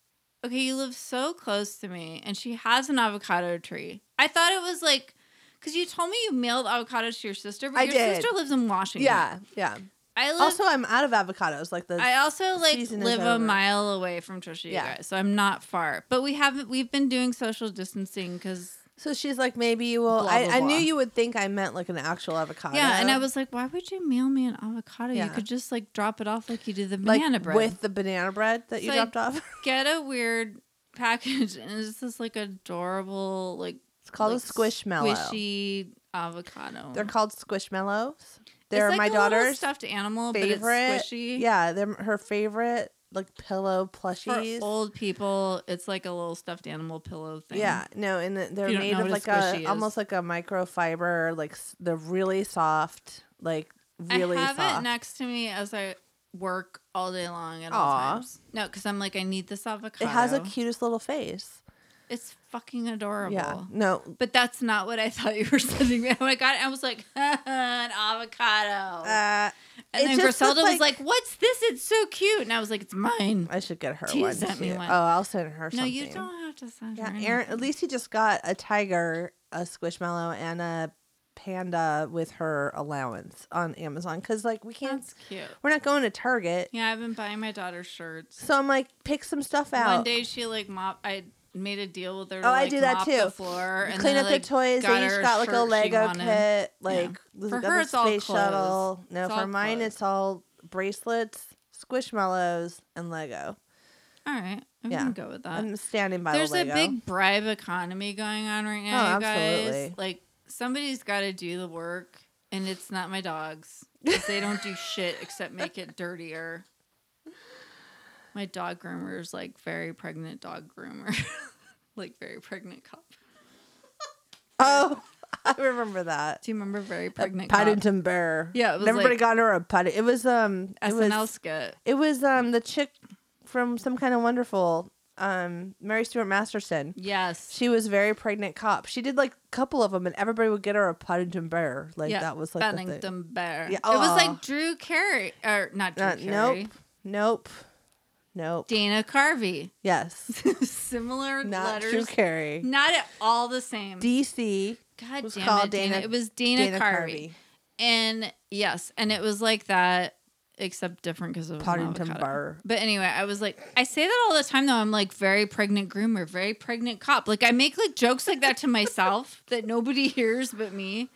"Okay, you live so close to me, and she has an avocado tree." I thought it was like. Because you told me you mailed avocados to your sister, but
I
your
did.
sister lives in Washington.
yeah, yeah.
I live
Also, I'm out of avocados. Like the
I also like
season is
live a
over.
mile away from Trisha, you
Yeah.
guys, so I'm not far. But we haven't. We've been doing social distancing because
so she's like, maybe you will.
Blah,
I,
blah,
I knew
blah.
you would think I meant like an actual avocado.
yeah, and I was like, why would you mail me an avocado?
Yeah.
You could just like drop it off like you did the
like
banana bread.
with the banana bread that you
So I-
dropped off.
Get a weird package, and it's this like adorable like
It's called
like,
a squishmallow.
squishy avocado.
They're called squishmallows.
It's
They're
like
my
a little
daughter's
stuffed animal,
favorite.
but it's squishy.
Yeah, they're her favorite like pillow
For
plushies.
old people, it's like a little stuffed animal pillow thing.
Yeah, no, and the- they're
you don't
made
know
of like
what a squishy
a
is.
almost like a microfiber. Like s- they're really soft, like really
I have it
soft.
next to me as I work all day long at all
Aw.
times. No, because I'm like, I need this avocado.
it has a cutest little face.
It's fucking adorable.
Yeah, no,
But that's not what I thought you were sending me. When I got it, I was like, an avocado.
uh, it
and then
just looked
Griselda was
like-
like, what's this? It's so cute. And I was like, it's mine.
I should get her
Do you
one.
send me
too.
one?
Oh, I'll send her.
No,
something.
you don't have to send her
Yeah, Aaron, at
anything.
least he just got a tiger, a squishmallow, and a Panda with her allowance on Amazon because like we can't.
That's cute.
We're not going to Target,
Yeah, I've been buying my daughter shirts.
so I'm like pick some stuff out.
One day she like mop. I made a deal with her. To,
Oh, I
like,
do that
mop
too.
The floor and
Clean
then
up
I,
their
like,
toys. They
got
each
her
got like
shirt
a
she
Lego
wanted.
kit. Like
For
got
her,
the
it's all
space
clothes.
shuttle. No,
It's
for
all
mine,
clothes.
it's all bracelets, squishmallows, and Lego.
All right, I'm
Yeah.
gonna go with that.
I'm standing by.
Uh, There's
the Lego.
a big bribe economy going on right now,
Oh,
you guys.
absolutely.
Like somebody's got to do the work, and it's not my dogs. 'cause they don't do shit except make it dirtier. My dog groomer is like very pregnant dog groomer, like very pregnant cop.
Oh, I remember that.
Do you remember very pregnant cop?
Paddington Bear.
Yeah, it was
everybody
like-
got her a Paddington. It was um, it
SNL
was
skit.
it was um the chick from some kind of wonderful um Mary Stuart Masterson.
Yes.
She was very pregnant cop. She did like a couple of them, and everybody would get her a Paddington Bear. Like
yeah.
that was like the thing. Uh,
Paddington Bear.
Yeah,
It was
aw.
like Drew Carey or not Drew
Uh,
Carey.
nope. Nope. Nope.
Dana Carvey.
yes.
Similar
Not
letters.
Drew Carey.
Not at all the same.
DC.
God
was
damn
called
it, Dana.
Dana-
It was Dana, Carvey. And yes, and it was like that, except different because it was an
Paddington
avocado.
Bar.
But anyway, I was like, I say that all the time though. I'm like very pregnant groomer, very pregnant cop. Like I make like jokes like that to myself that nobody hears but me.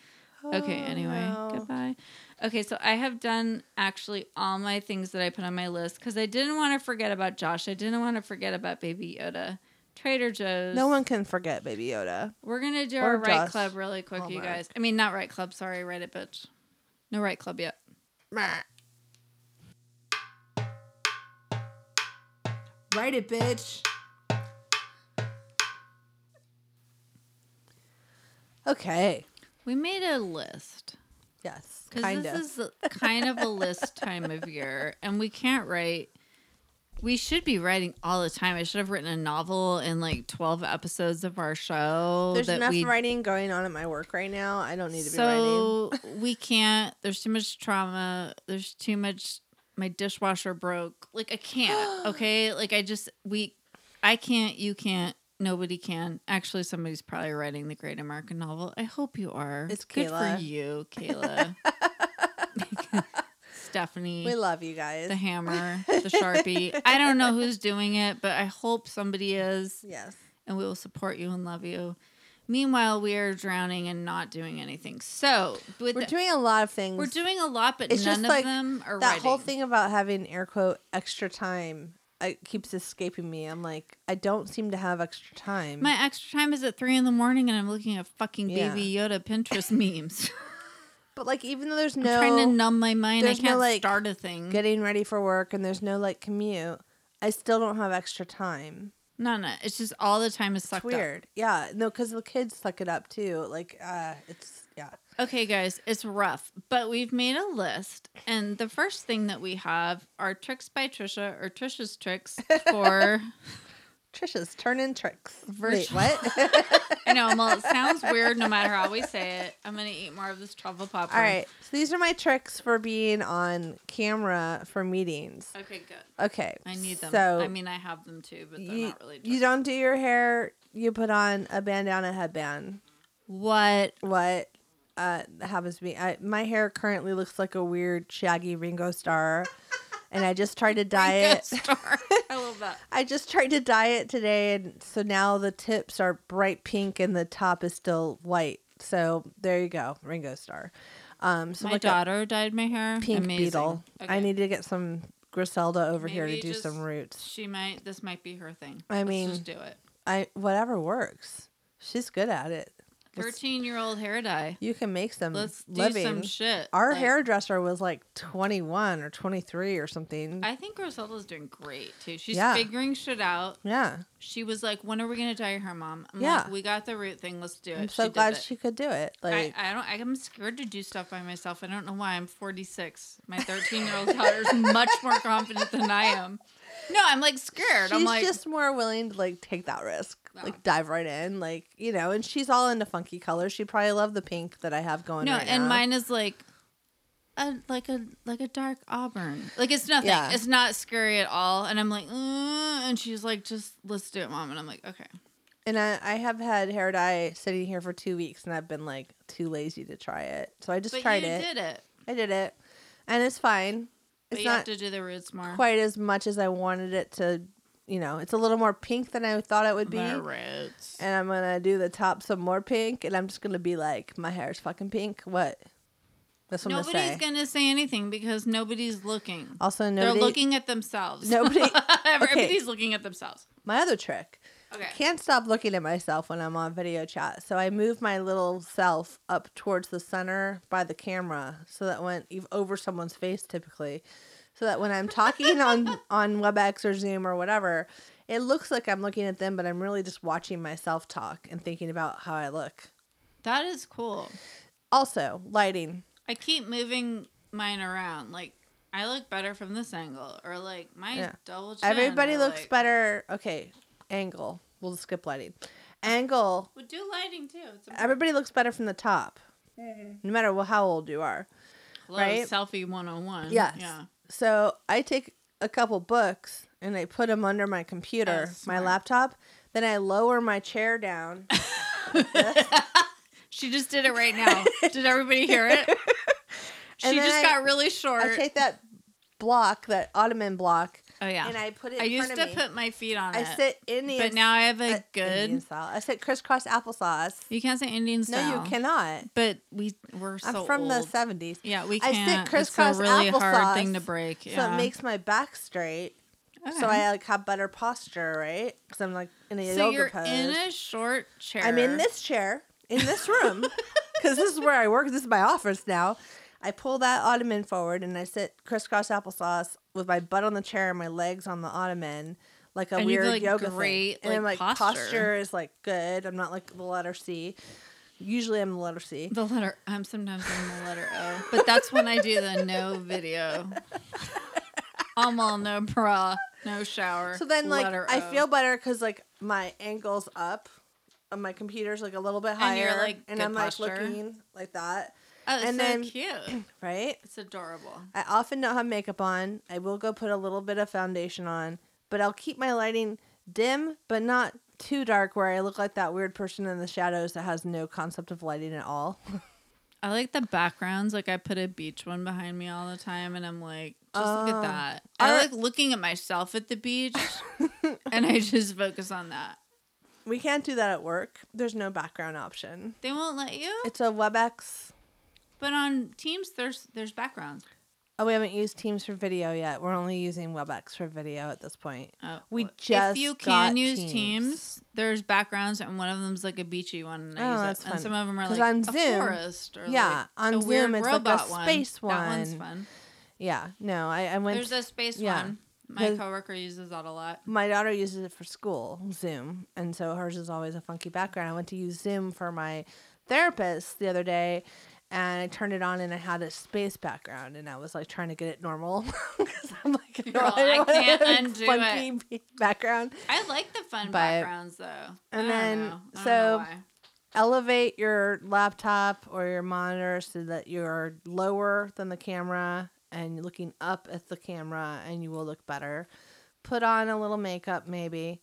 Okay, anyway,
Oh, no.
goodbye. Okay, so I have done actually all my things that I put on my list because I didn't want to forget about Josh. I didn't want to forget about Baby Yoda, Trader Joe's.
No one can forget Baby Yoda.
We're gonna do
Or
our right
Josh
club really quick, you
Hallmark.
guys. I mean, not right club. Sorry, Reddit bitch. No right club yet.
Write it, bitch. Okay.
We made a list
Yes.
because
Kind of.
this is kind of a list time of year, and we can't write. We should be writing all the time. I should have written a novel in like twelve episodes of our show.
There's
that
enough
we
writing going on at my work right now. I don't need to be writing.
so we can't. There's too much trauma. There's too much. My dishwasher broke. Like I can't. Okay. Like I just we. I can't. You can't. Nobody can. Actually, somebody's probably writing the great American novel. I hope you are.
It's
good
Kayla.
for you, Kayla. Stephanie
We love you guys.
the hammer, the sharpie. I don't know who's doing it, but I hope somebody is,
yes.
and we will support you and love you. Meanwhile, we are drowning and not doing anything. So with
We're
the-
doing a lot of things.
we're doing a lot, but
It's
none
just
of
like
them are
that
writing.
whole thing about having air quote extra time. It keeps escaping me. I'm like, I don't seem to have extra time.
My extra time is at three in the morning, and I'm looking at fucking
Yeah.
Baby Yoda Pinterest memes.
but like, even though there's
I'm
no
trying to numb my mind. I
there's no,
can't
like,
start a thing.
getting ready for work and there's no like commute, I still don't have extra time.
No, no, it's just all the time is
It's
sucked up.
weird. Yeah. No, because the kids suck it up too. Like, uh, it's, yeah.
Okay, guys, it's rough, but we've made a list. And the first thing that we have are tricks by Trisha or Trisha's tricks for.
Trisha's turning tricks.
Virtual-
Wait, what?
I know, well, it sounds weird no matter how we say it. I'm going to eat more of this truffle popcorn.
All right. So these are my tricks for being on camera for meetings.
Okay, good.
Okay.
I need them.
So
I mean, I have them too, but they're
you,
not really.
you
tricks.
don't do your hair. You put on a bandana headband.
What?
What uh, happens to me? I, my hair currently looks like a weird shaggy Ringo Star, and I just tried to dye
Good
it.
start. I love that.
I just tried to dye it today, and so now the tips are bright pink and the top is still white. So there you go, Ringo Star. Um, so
My
like a-
daughter dyed my hair.
pink
Amazing.
beetle. I
Okay.
need to get some Griselda over here to
Maybe
do some
just-
roots.
She might. This might be her thing.
I
Let's
mean,
just do it.
I whatever works. She's good at it. Let's-
Thirteen-year-old hair dye.
You can make some
Let's do
Mm, living.
some shit.
Our
like-
hairdresser was like 21 or 23 or something.
I think Roselda's doing great too. She's
Yeah.
figuring shit out.
yeah,
She was like, "When are we gonna dye your hair, mom?" I'm
Yeah.
like, "We got the root thing. Let's do it."
I'm so
did
glad
it.
she could do it. Like
I, I don't. I'm scared to do stuff by myself. I don't know why. I'm 46. My 13 year old daughter's much more confident than I am. No, I'm like scared.
she's
I'm like,
just more willing to like take that risk, like dive right in, like you know. And she's all into funky colors. She probably loved the pink that I have going.
no.
right
and
now.
mine is like, a like a like a dark auburn. Like it's nothing.
Yeah.
It's "Uh," not scary at all. And I'm like, "Mm," and she's like, "Just let's do it, mom." And I'm like, okay.
And I, I have had hair dye sitting here for two weeks, and I've been like too lazy to try it. So I just
But
tried
you
it.
did it.
I did it, and it's fine.
But
It's
you have
not
to do the roots more.
quite as much as I wanted it to. You know, it's a little more pink than I thought it would be.
the roots.
And I'm gonna do the top some more pink, and I'm just gonna be like, my hair's fucking pink. What? That's what I'm gonna
Nobody's
say.
going to say anything because nobody's looking.
also,
They're
nobody.
looking at themselves.
Nobody-
Everybody's looking at themselves.
my other trick.
Okay.
Can't stop looking at myself when I'm on video chat. So I move my little self up towards the center by the camera so that when ev- over someone's face typically, so that when I'm talking on on WebEx or Zoom or whatever, it looks like I'm looking at them, but I'm really just watching myself talk and thinking about how I look.
that is cool.
Also, lighting.
I keep moving mine around. Like I look better from this angle, or like my
Yeah.
double chin.
Everybody
or,
looks
like-
better. Okay, angle. We'll skip lighting. Angle.
Well, do lighting too. It's important.
Everybody looks better from the top,
Mm-hmm.
no matter wh- how old you are.
Hello,
right?
selfie one on one.
Yes.
Mm-hmm. Yeah.
So I take a couple books and I put them under my computer,
That's
my
smart.
laptop. Then I lower my chair down.
She just did it right now. did everybody hear it? She
And then
just
I-
got really short.
I take that block, that ottoman block,
oh yeah.
and I put it.
I
in
used
front
to
of me.
put my feet on
I
it.
sit Indian.
but now I have a
uh, Indian
good.
style. I sit crisscross applesauce.
You can't say Indian style.
No, you cannot.
But we we're so
I'm from
old.
the seventies,
Yeah, we
I sit
can't. it's
crisscross
a really hard thing to
applesauce,
break. Yeah.
so it makes my back straight.
Okay.
So I like have better posture, right? Because I'm like in a
So
yoga
you're
pose.
in a short chair.
I'm in this chair in this room because this is where I work. This is my office now. I pull that ottoman forward and I sit crisscross applesauce with my butt on the chair and my legs on the ottoman like a
And you feel, like,
weird yoga
great,
thing. And I'm
like,
like
posture.
is like good. I'm not like the letter C. Usually I'm the letter C.
The letter I'm sometimes in the letter O, but that's when I do the no video. I'm all no bra, no shower.
So then like
letter
I
O.
feel better because like my angles up. And my computer's like a little bit higher,
And you're, like,
and
good
I'm
posture.
like looking like that,
oh, it's
and
so
then-
cute.
right?
It's adorable.
I often don't have makeup on. I will go put a little bit of foundation on, but I'll keep my lighting dim, but not too dark where I look like that weird person in the shadows that has no concept of lighting at all.
I like the backgrounds. Like I put a beach one behind me all the time, and I'm like, just look
Uh,
at that. I
our-
like looking at myself at the beach, and I just focus on that.
We can't do that at work. There's no background option.
They won't let you.
It's a WebEx.
But on Teams, there's there's backgrounds.
Oh, we haven't used Teams for video yet. We're only using WebEx for video at this point.
Oh,
We
well,
just
if you
got
can use
Teams.
teams. there's backgrounds, and one of them's like a beachy one. And I
Oh,
use
that's
it. And
fun.
some of them are
'Cause
like
on
a
Zoom-
forest or
yeah,
like
on
a
Zoom
weird
it's like a
robot one.
space
That one's
one.
fun.
Yeah, no, I, I went.
There's a space
yeah.
one. My
Cause-
coworker uses that a lot.
my daughter uses it for school, Zoom, and so hers is always a funky background. I went to use Zoom for my therapist the other day, and I turned it on and I had a space background, and I was like trying to get it normal 'Cause I'm like,
You're all, "I
don't
can't
want a
undo
funky background.
I like the fun
But-
backgrounds though. I
and
don't
then-
know. I don't
so-
know why.
Elevate your laptop or your monitor so that you're lower than the camera and looking up at the camera, and you will look better. Put on a little makeup, maybe.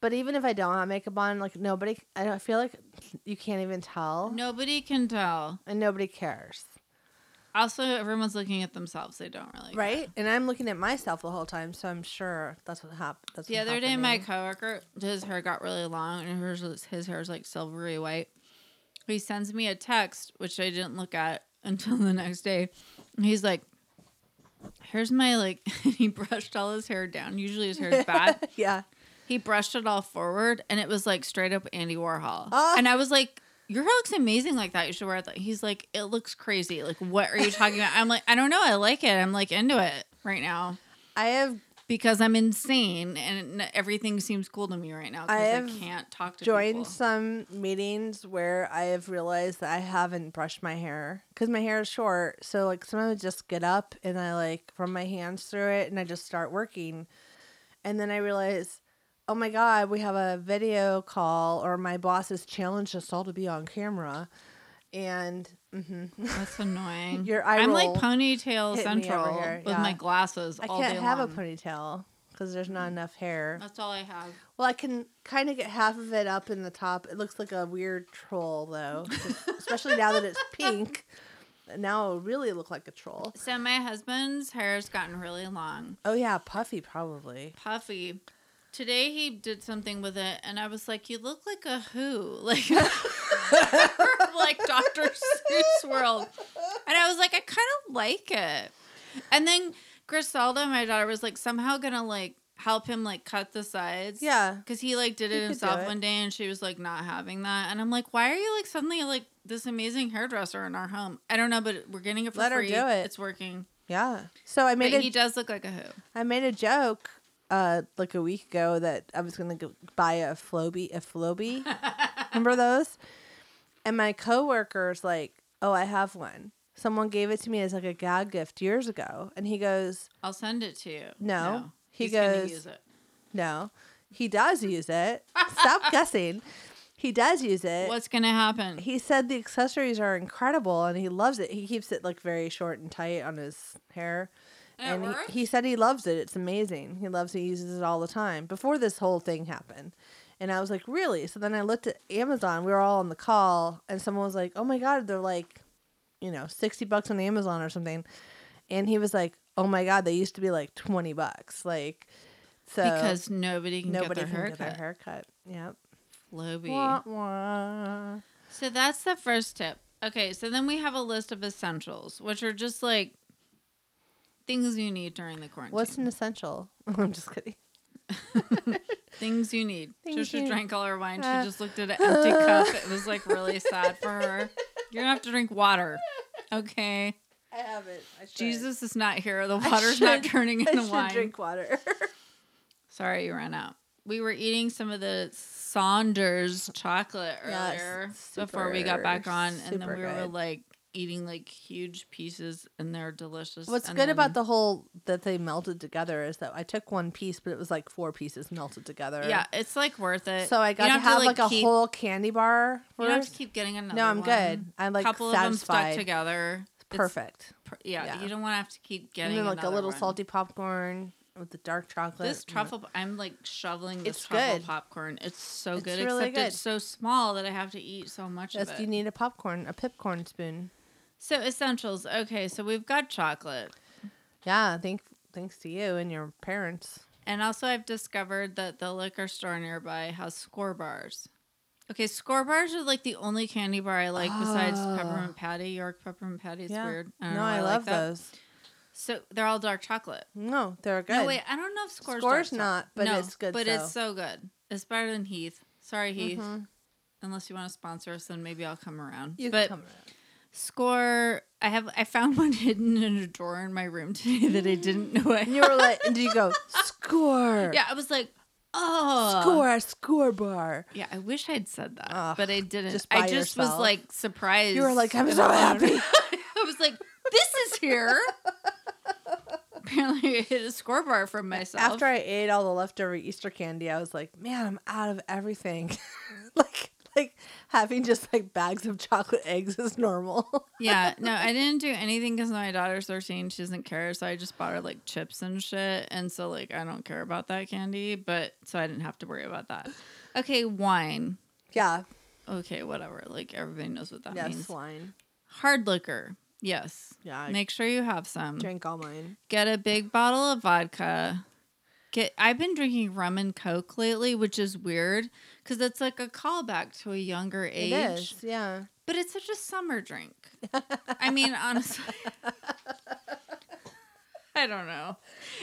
But even if I don't have makeup on, like nobody, I don't feel like you can't even tell,
nobody can tell.
and nobody cares,
Also, everyone's looking at themselves. They don't really. care.
right? And I'm looking at myself the whole time, so I'm sure that's what happened. That's
The
what
other day,
happened to
my
me.
coworker, his hair got really long, and hers was, his hair is like silvery white. He sends me a text, which I didn't look at until the next day. And he's like, "Here's my like." he brushed all his hair down. Usually his hair is bad.
yeah,
he brushed it all forward, and it was like straight up Andy Warhol. and I was like. Your hair looks amazing like that. You should wear it. Like-" He's like, it looks crazy. Like, what are you talking about? I'm like, I don't know. I like it. I'm like into it right now
I have
because I'm insane and n- everything seems cool to me right now
I
because I,
have
can't talk to
joined
people.
some meetings where I have realized that I haven't brushed my hair because my hair is short. So like sometimes I just get up and I like run my hands through it and I just start working, and then I realize, oh my god, we have a video call or my boss has challenged us all to be on camera, and mhm.
That's annoying.
Your eye
I'm
roll
like ponytail
hit me over
central
here,
with my
yeah.
glasses
I
all
can't
day
have
long. Mm.
a ponytail because there's not enough hair.
That's all I have.
Well, I can kind of get half of it up in the top. It looks like a weird troll, though, especially now that it's pink. Now it'll really look like a troll.
So my husband's hair's gotten really long,
Oh yeah, puffy probably.
puffy. Today he did something with it, and I was like, "You look like a who, like like Dr. Seuss world." And I was like, "I kind of like it." And then Griselda, my daughter, was like, somehow gonna like help him like cut the sides.
Yeah.
Because he like did
You
it
could
himself
do it.
one day and she was like not having that. And I'm like, why are you like suddenly like this amazing hairdresser in our home? I don't know, but we're getting it for
Let her
free.
do it.
It's working.
Yeah. So I made
but
a I
he does look like a who.
made a joke uh like a week ago that I was gonna go buy a Floby a Floby. Remember those? And my coworker's like, Oh, I have one. Someone gave it to me as like a gag gift years ago. And he goes,
I'll send it to you.
No. He
He's gonna
goes-
use it.
No. He does use it. Stop guessing. He does use it.
What's gonna happen?
He said the accessories are incredible and he loves it. He keeps it like very short and tight on his hair.
And
And
it
he,
worked?
he said he loves it. It's amazing. He loves it. He uses it all the time. Before this whole thing happened. And I was like, really? So then I looked at Amazon. We were all on the call and someone was like, oh my God, they're like, you know, 60 bucks on Amazon or something. And he was like, oh my God, they used to be like 20 bucks. Like, so
because nobody can
nobody
get
can
their
get their
haircut. Hair.
haircut. Yep.
Floby.
Wah, wah.
So that's the first tip. Okay, so then we have a list of essentials, which are just like things you need during the quarantine.
What's an essential? I'm just kidding.
things you need?
Things
Trisha
you-
drank all her wine.
Uh.
she just looked at an empty cup. It was like really sad for her. You're gonna have to drink water. Okay.
I haven't. I should.
Jesus is not here. The
I
water's not
should-
turning
I
into
should
wine.
drink water.
Sorry, you ran out. We were eating some of the Saunders chocolate
Yes,
earlier before we got
super,
back on, and then
super
we were
good.
like eating like huge pieces, and they're delicious.
What's
and
good about
then-
the whole that they melted together is that I took one piece, but it was like four pieces melted together.
yeah, it's like worth it.
So I
You
got to
don't
have, like, a
keep-
whole candy bar.
You don't have to
worth.
keep getting another.
no, I'm
one.
good. I'm like
couple of them
satisfied.
stuck together. It's
Perfect.
per- yeah,
Yeah.
you don't want to have to keep
And
getting
then like a
another
little
one.
salty popcorn with the dark chocolate.
This
and the-
truffle, I'm like shoveling this
It's
truffle
good.
popcorn. It's so
It's
good,
really
except it's
good.
so small that I have to eat so much of
Yes,
it.
you need a popcorn, a pipcorn spoon.
So essentials. Okay, so we've got chocolate.
Yeah, thank thanks to you and your parents.
And also I've discovered that the liquor store nearby has score bars. Okay, score bars are like the only candy bar I like besides
Ah.
peppermint patty, York peppermint patty. It's weird. I don't
no,
know why
I,
like
love
that.
those.
So they're all dark chocolate.
No, they're good.
No, wait, I don't know if score's dark
Score's
chocolate.
not, but
No,
it's good,
But
though. Mm-hmm.
it's so good. It's better than Heath. Sorry, Heath. Unless you want to sponsor us, then maybe I'll come around.
You
but
can come around.
score, I have I found one hidden in a drawer in my room today that I didn't know I
And you were like, and you go score?
Yeah, I was like, oh.
score, score bar.
Yeah, I wish I'd said that,
Ugh,
but I didn't.
just
I
by
just was
yourself.
like surprised.
You were like, I'm
that
so
I found
happy.
it. I was like, this is here. Apparently, I hit a score bar from myself.
After I ate all the leftover Easter candy, I was like, man, I'm out of everything. like, like having just like bags of chocolate eggs is normal.
yeah, no, I didn't do anything because my daughter's 13. She doesn't care. So I just bought her like chips and shit. And so, like, I don't care about that candy, but so I didn't have to worry about that. Okay, wine.
yeah,
Okay, whatever. Like, everybody knows what that
yes,
means.
wine.
Hard liquor. Yes.
Yeah, I
Make sure you have some.
drank all mine.
get a big bottle of vodka. Get I've been drinking rum and coke lately, which is weird because it's like a callback to a younger age.
It is, yeah.
But it's such a summer drink. I mean, honestly. I don't know.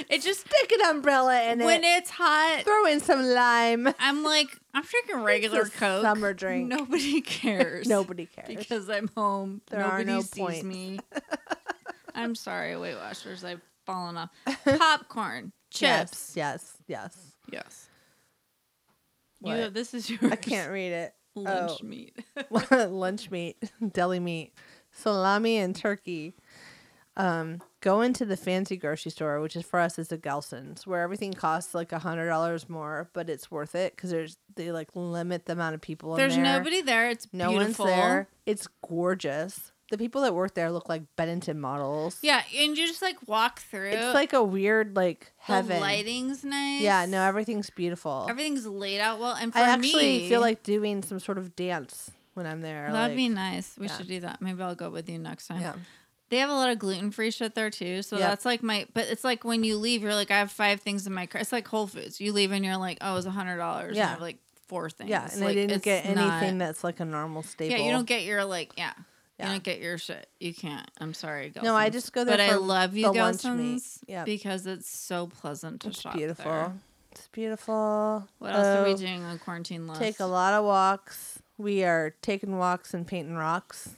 It just
Stick an umbrella in
when
it.
it's hot,
Throw in some lime.
I'm like, I'm drinking regular
It's a
coke.
summer drink.
Nobody cares.
Nobody cares.
Because I'm home.
There are
Nobody
no
sees
points.
me. I'm sorry, Weight Watchers. I've fallen off. Popcorn, chips.
Yes, yes. yes.
Yes.
What?
You have, this is your
I can't read it.
lunch
Oh.
meat.
lunch meat, deli meat, salami, and turkey. Um, go into the fancy grocery store, which is for us is a Gelson's, where everything costs like a hundred dollars more, but it's worth it because there's they like limit the amount of people.
There's
in there.
nobody there. It's
No
beautiful.
one's there. It's gorgeous. the people that work there look like Bennington models.
Yeah, and you just like walk through.
It's like a weird like heaven.
the lighting's nice.
Yeah, no, everything's beautiful.
everything's laid out well. And for
I actually
me,
feel like doing some sort of dance when I'm there.
that'd
like-
be nice. We
yeah.
should do that. Maybe I'll go with you next time.
Yeah.
They have a lot of gluten free shit there too. So
Yep.
that's like my, but it's like when you leave, you're like, I have five things in my car. It's like Whole Foods. You leave and you're like, oh, it's a hundred dollars.
Yeah.
You have like four things.
Yeah, and I
Like,
didn't
it's
get anything
not-
that's like a normal staple.
Yeah, you don't get your like, yeah.
Yeah.
You don't get your shit. You can't. I'm sorry, Gelson's.
No, I just go there
But I
for
love you,
the lunch meat.
Gelson's,
Yep.
because it's so pleasant to
It's
shop
beautiful.
there.
It's beautiful.
What else are we
Oh,
doing on quarantine list?
Take a lot of walks. We are taking walks and painting rocks.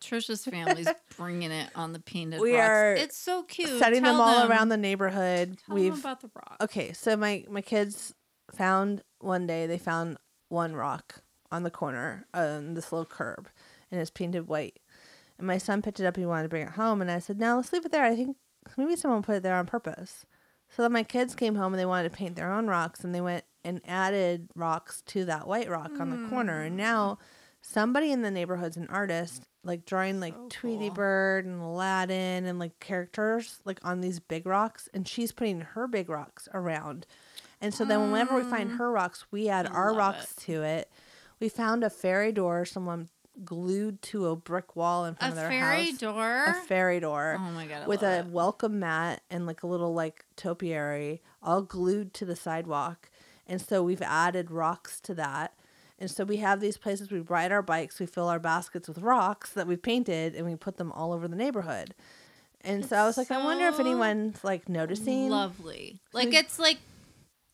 Trisha's family's bringing it on the painted
We
rocks.
are
it's so cute.
Setting
Tell
them all
them-
around the neighborhood.
Tell
We've
them about the rock.
okay. So my my kids found one day they found one rock on the corner on this little curb, and it's painted white. And my son picked it up. He wanted to bring it home, and I said, "No, let's leave it there. I think maybe someone put it there on purpose." So then my kids came home and they wanted to paint their own rocks, and they went and added rocks to that white rock on the corner.
Hmm.
And now somebody in the neighborhood's an artist, like drawing like Tweety
cool.
Bird and Aladdin and like characters like on these big rocks, and she's putting her big rocks around. And so then whenever we find her rocks, we add our
Hmm. love
rocks to it. We found a fairy door someone glued to a brick wall in
A
front of their
fairy
house.
door.
A fairy door
oh my god. I
with a
love it.
welcome mat and like a little like topiary all glued to the sidewalk. And so we've added rocks to that. And so we have these places we ride our bikes, we fill our baskets with rocks that we've painted and we put them all over the neighborhood. And so I was like, I wonder if
so
anyone's like noticing.
lovely. Like it's like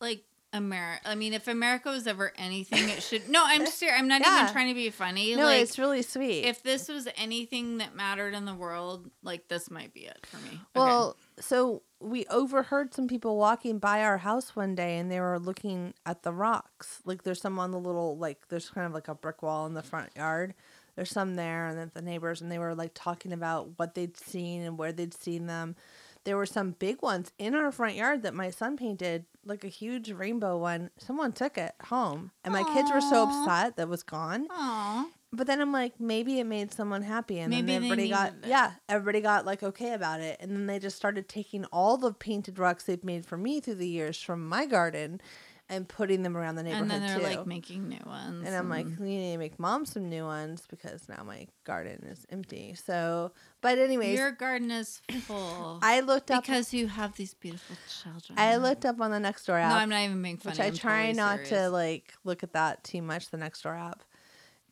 like America. I mean, if America was ever anything, it should. No, I'm serious. I'm not
Yeah.
even trying to be funny.
no,
like,
it's really sweet.
if this was anything that mattered in the world, like this might be it for me. Okay.
Well, so we overheard some people walking by our house one day and they were looking at the rocks. Like there's some on the little like there's kind of like a brick wall in the front yard. There's some there and then the neighbors and they were like talking about what they'd seen and where they'd seen them. There were some big ones in our front yard that my son painted, like a huge rainbow one. Someone took it home. And my kids were so
Aw.
upset that was gone.
Aw.
But then I'm like, maybe it made someone happy, and
Maybe
then
they
everybody got
needed it.
yeah, everybody got like okay about it, and then they just started taking all the painted rocks they've made for me through the years from my garden, and putting them around the neighborhood
and then they're
too.
like making new ones.
and I'm like, you need to make mom some new ones because now my garden is empty. So, but anyways,
your garden is full.
I looked up
because you have these beautiful children.
I looked up on the next door app.
No, I'm not even being funny.
which I
I'm
try
totally
not to
serious.
like look at that too much. The next door app,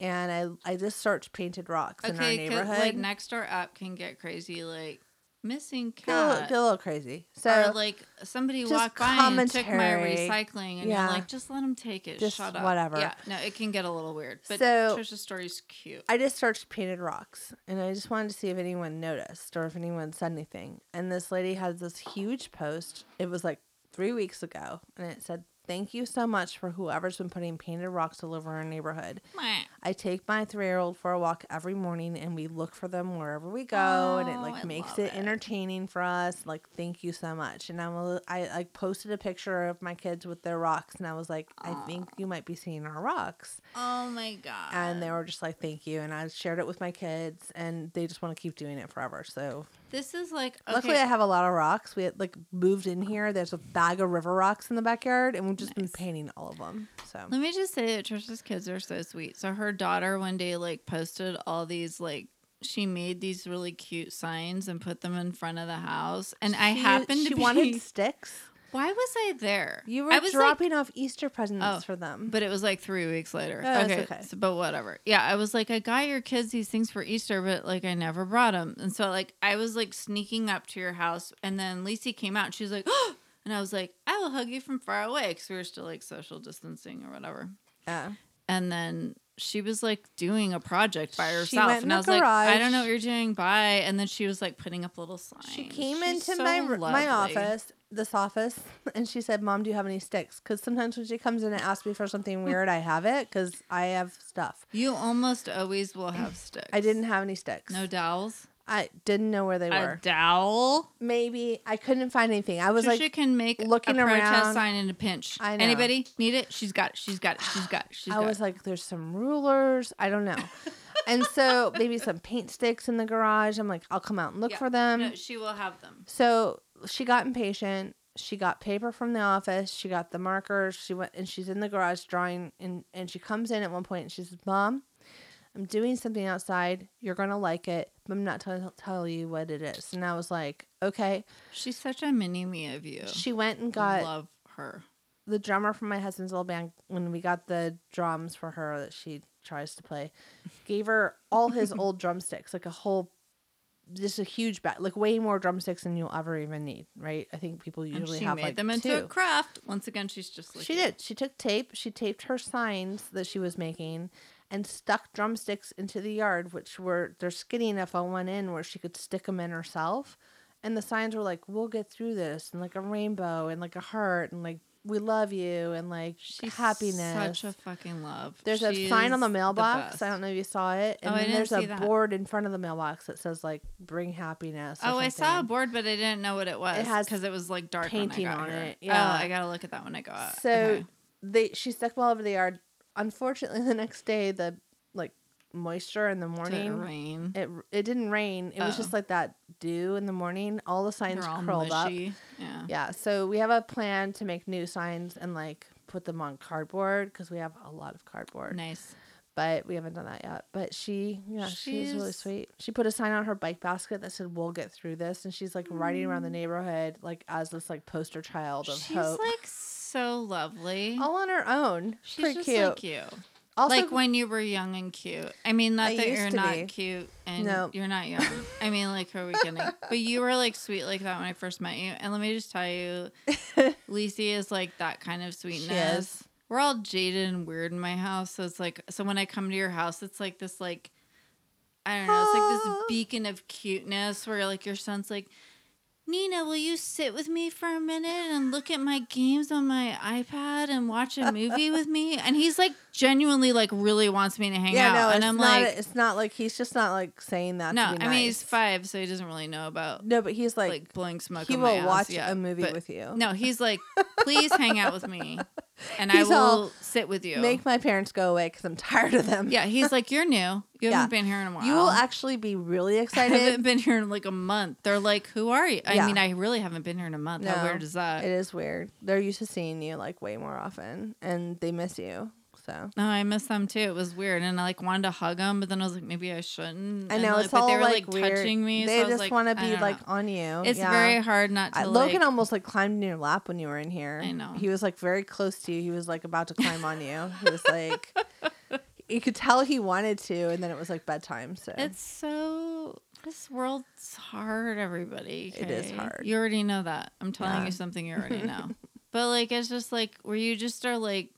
and I I just searched painted rocks in our
Okay, 'cause,
neighborhood.
like next door app can get crazy, like missing
get a little,
cat.
get a little crazy. So
or like somebody
just
walked by and took my
commentary.
recycling, and
Yeah.
you're like, just let them take it.
Just
Shut up.
whatever.
Yeah, no, it can get a little weird. But
So-
Trisha's story's cute.
I just searched painted rocks and I just wanted to see if anyone noticed or if anyone said anything. And this lady had this huge post. It was like three weeks ago. And it said, Thank you so much for whoever's been putting painted rocks all over our neighborhood.
Mwah.
I take my three year old for a walk every morning and we look for them wherever we go and it
Oh,
like
I
makes
love
it,
it.
entertaining for us. Like, thank you so much. And I'm a, I like posted a picture of my kids with their rocks and I was like, I think you might be seeing our rocks.
Oh my god.
And they were just like, thank you. And I shared it with my kids and they just want to keep doing it forever. So
this is like okay.
luckily I have a lot of rocks. We had like moved in here. There's a bag of river rocks in the backyard and we've just been painting all of them. So
Let me just say that Trisha's kids are so sweet. So her daughter one day like posted all these like she made these really cute signs and put them in front of the house. And I
She-
happened to
she
be
wanted sticks.
why was I there?
You were
I was like,
dropping off Easter presents
Oh,
for them.
but it was like three weeks later.
No, it's
okay,
Oh, okay.
so- but whatever. Yeah, I was like, I got your kids these things for Easter, but like I never brought them, and so like I was like sneaking up to your house, and then Lisi came out, and she was like, oh, and I was like, I will hug you from far away because we were still like social distancing or whatever,
yeah.
and then she was like doing a project by
She
herself,
went in
and
the
I was like, I
garage.
don't know what you're doing, bye, and then she was like putting up little signs.
She came
She's
into
so
my r- my
lovely.
office, this office, and she said, "Mom, do you have any sticks?" Because sometimes when she comes in and asks me for something weird, I have it because I have stuff.
You almost always will have sticks.
I didn't have any sticks.
No dowels.
I didn't know where they
a
were.
dowel.
Maybe I couldn't find anything. I was
Trisha
like,
can make
looking
a protest
around.
sign in a pinch.
I know.
Anybody need it? She's got it. She's got it. She's got it. She's
I
got
was
it.
like, there's some rulers. I don't know. and so maybe some paint sticks in the garage. I'm like, I'll come out and look
Yeah.
for them.
No, she will have them.
So she got impatient. She got paper from the office. She got the markers. She went and she's in the garage drawing. And, and she comes in at one point and she says, Mom, I'm doing something outside. You're going to like it, but I'm not going to tell you what it is. And I was like, Okay.
She's such a mini me of you.
She went and got
love her.
the drummer from my husband's old band when we got the drums for her that she tries to play gave her all his old drumsticks like a whole just a huge bag like way more drumsticks than you'll ever even need right i think people
And
usually
she
have
made
like
them into
two.
a craft. Once again, she's just like
she
you.
did she took tape she taped her signs that she was making and stuck drumsticks into the yard which were they're skinny enough on one end where she could stick them in herself and the signs were like we'll get through this and like a rainbow and like a heart and like we love you and like
She's
happiness
Such a fucking love.
there's a
She
sign on the
is
mailbox
best.
i don't know if you saw it and
Oh, I
then
didn't
there's
see
a
that.
board in front of the mailbox that says like bring happiness or
Oh, I saw a
something.
board, but I didn't know what it was.
has
because it was like dark
painting
when I got
on
here.
it, yeah.
Oh, I gotta look at that when I go out.
So
Okay.
they she stuck them all over the yard. Unfortunately, the next day the like moisture in the
Did it
morning.
rain.
It, it didn't rain. It was
Oh.
just like that dew in the morning. All the signs
They're all
curled
mushy.
up.
Yeah.
Yeah. So we have a plan to make new signs and like put them on cardboard because we have a lot of cardboard.
Nice.
But we haven't done that yet. But she, yeah, she's, really
She's-
sweet. She put a sign on her bike basket that said, "We'll get through this," and she's like riding around the neighborhood like as this like poster child of
Mm. She's
hope.
like so lovely.
all on her own.
She's
Pretty
just
cute.
like you.
Also,
like when you were young and cute. I mean, not
I
that
used
you're
to
not
be.
cute and
No.
you're not young. I mean, like, who are we kidding? But you were like sweet like that when I first met you. And let me just tell you, Lisi is like that kind of sweetness.
is.
We're all jaded and weird in my house. So it's like, so when I come to your house, it's like this, like, I don't know, it's like this
Aw.
beacon of cuteness where like your son's like, Nina, will you sit with me for a minute and look at my games on my iPad and watch a movie with me? And he's like genuinely like really wants me to hang
yeah,
out.
no,
and
it's
I'm
not.
like,
it's not like he's just not like saying that.
no,
to be
I mean he's
nice.
five, so he doesn't really know about
No, but he's
like,
like,
blowing smoke.
he
on
will
my
watch
ass yet,
a movie
but-
with you.
No, he's like, please hang out with me, and I
He's
will
all,
sit with you.
make my parents go away because I'm tired of them.
yeah, he's like, you're new. You
Yeah.
haven't been here in a while.
you will actually be really
I haven't
excited.
been here in like a month. They're like, who are you? I
Yeah.
mean, I really haven't been here in a month.
No.
How weird is that?
it is weird. They're used to seeing you like way more often, and they miss you. So
No, Oh, I miss them too. It was weird, and I like wanted to hug them, but then I was like, maybe I shouldn't.
I
And,
know
like,
it's
but
all
they were
like,
like,
weird.
touching me. so
They
I was
just
like,
want to
I
be
don't
like
know.
on you.
It's
yeah.
very hard not to.
I- Logan
like,
almost like climbed in your lap when you were in here.
I know.
He was like very close to you. He was like about to climb on you. He was like, you could tell he wanted to, and then it was like bedtime. So
It's so this world's hard, everybody.
It is
okay?
hard.
You already know that. I'm telling
Yeah.
you something you already know. but like it's just like where you just are like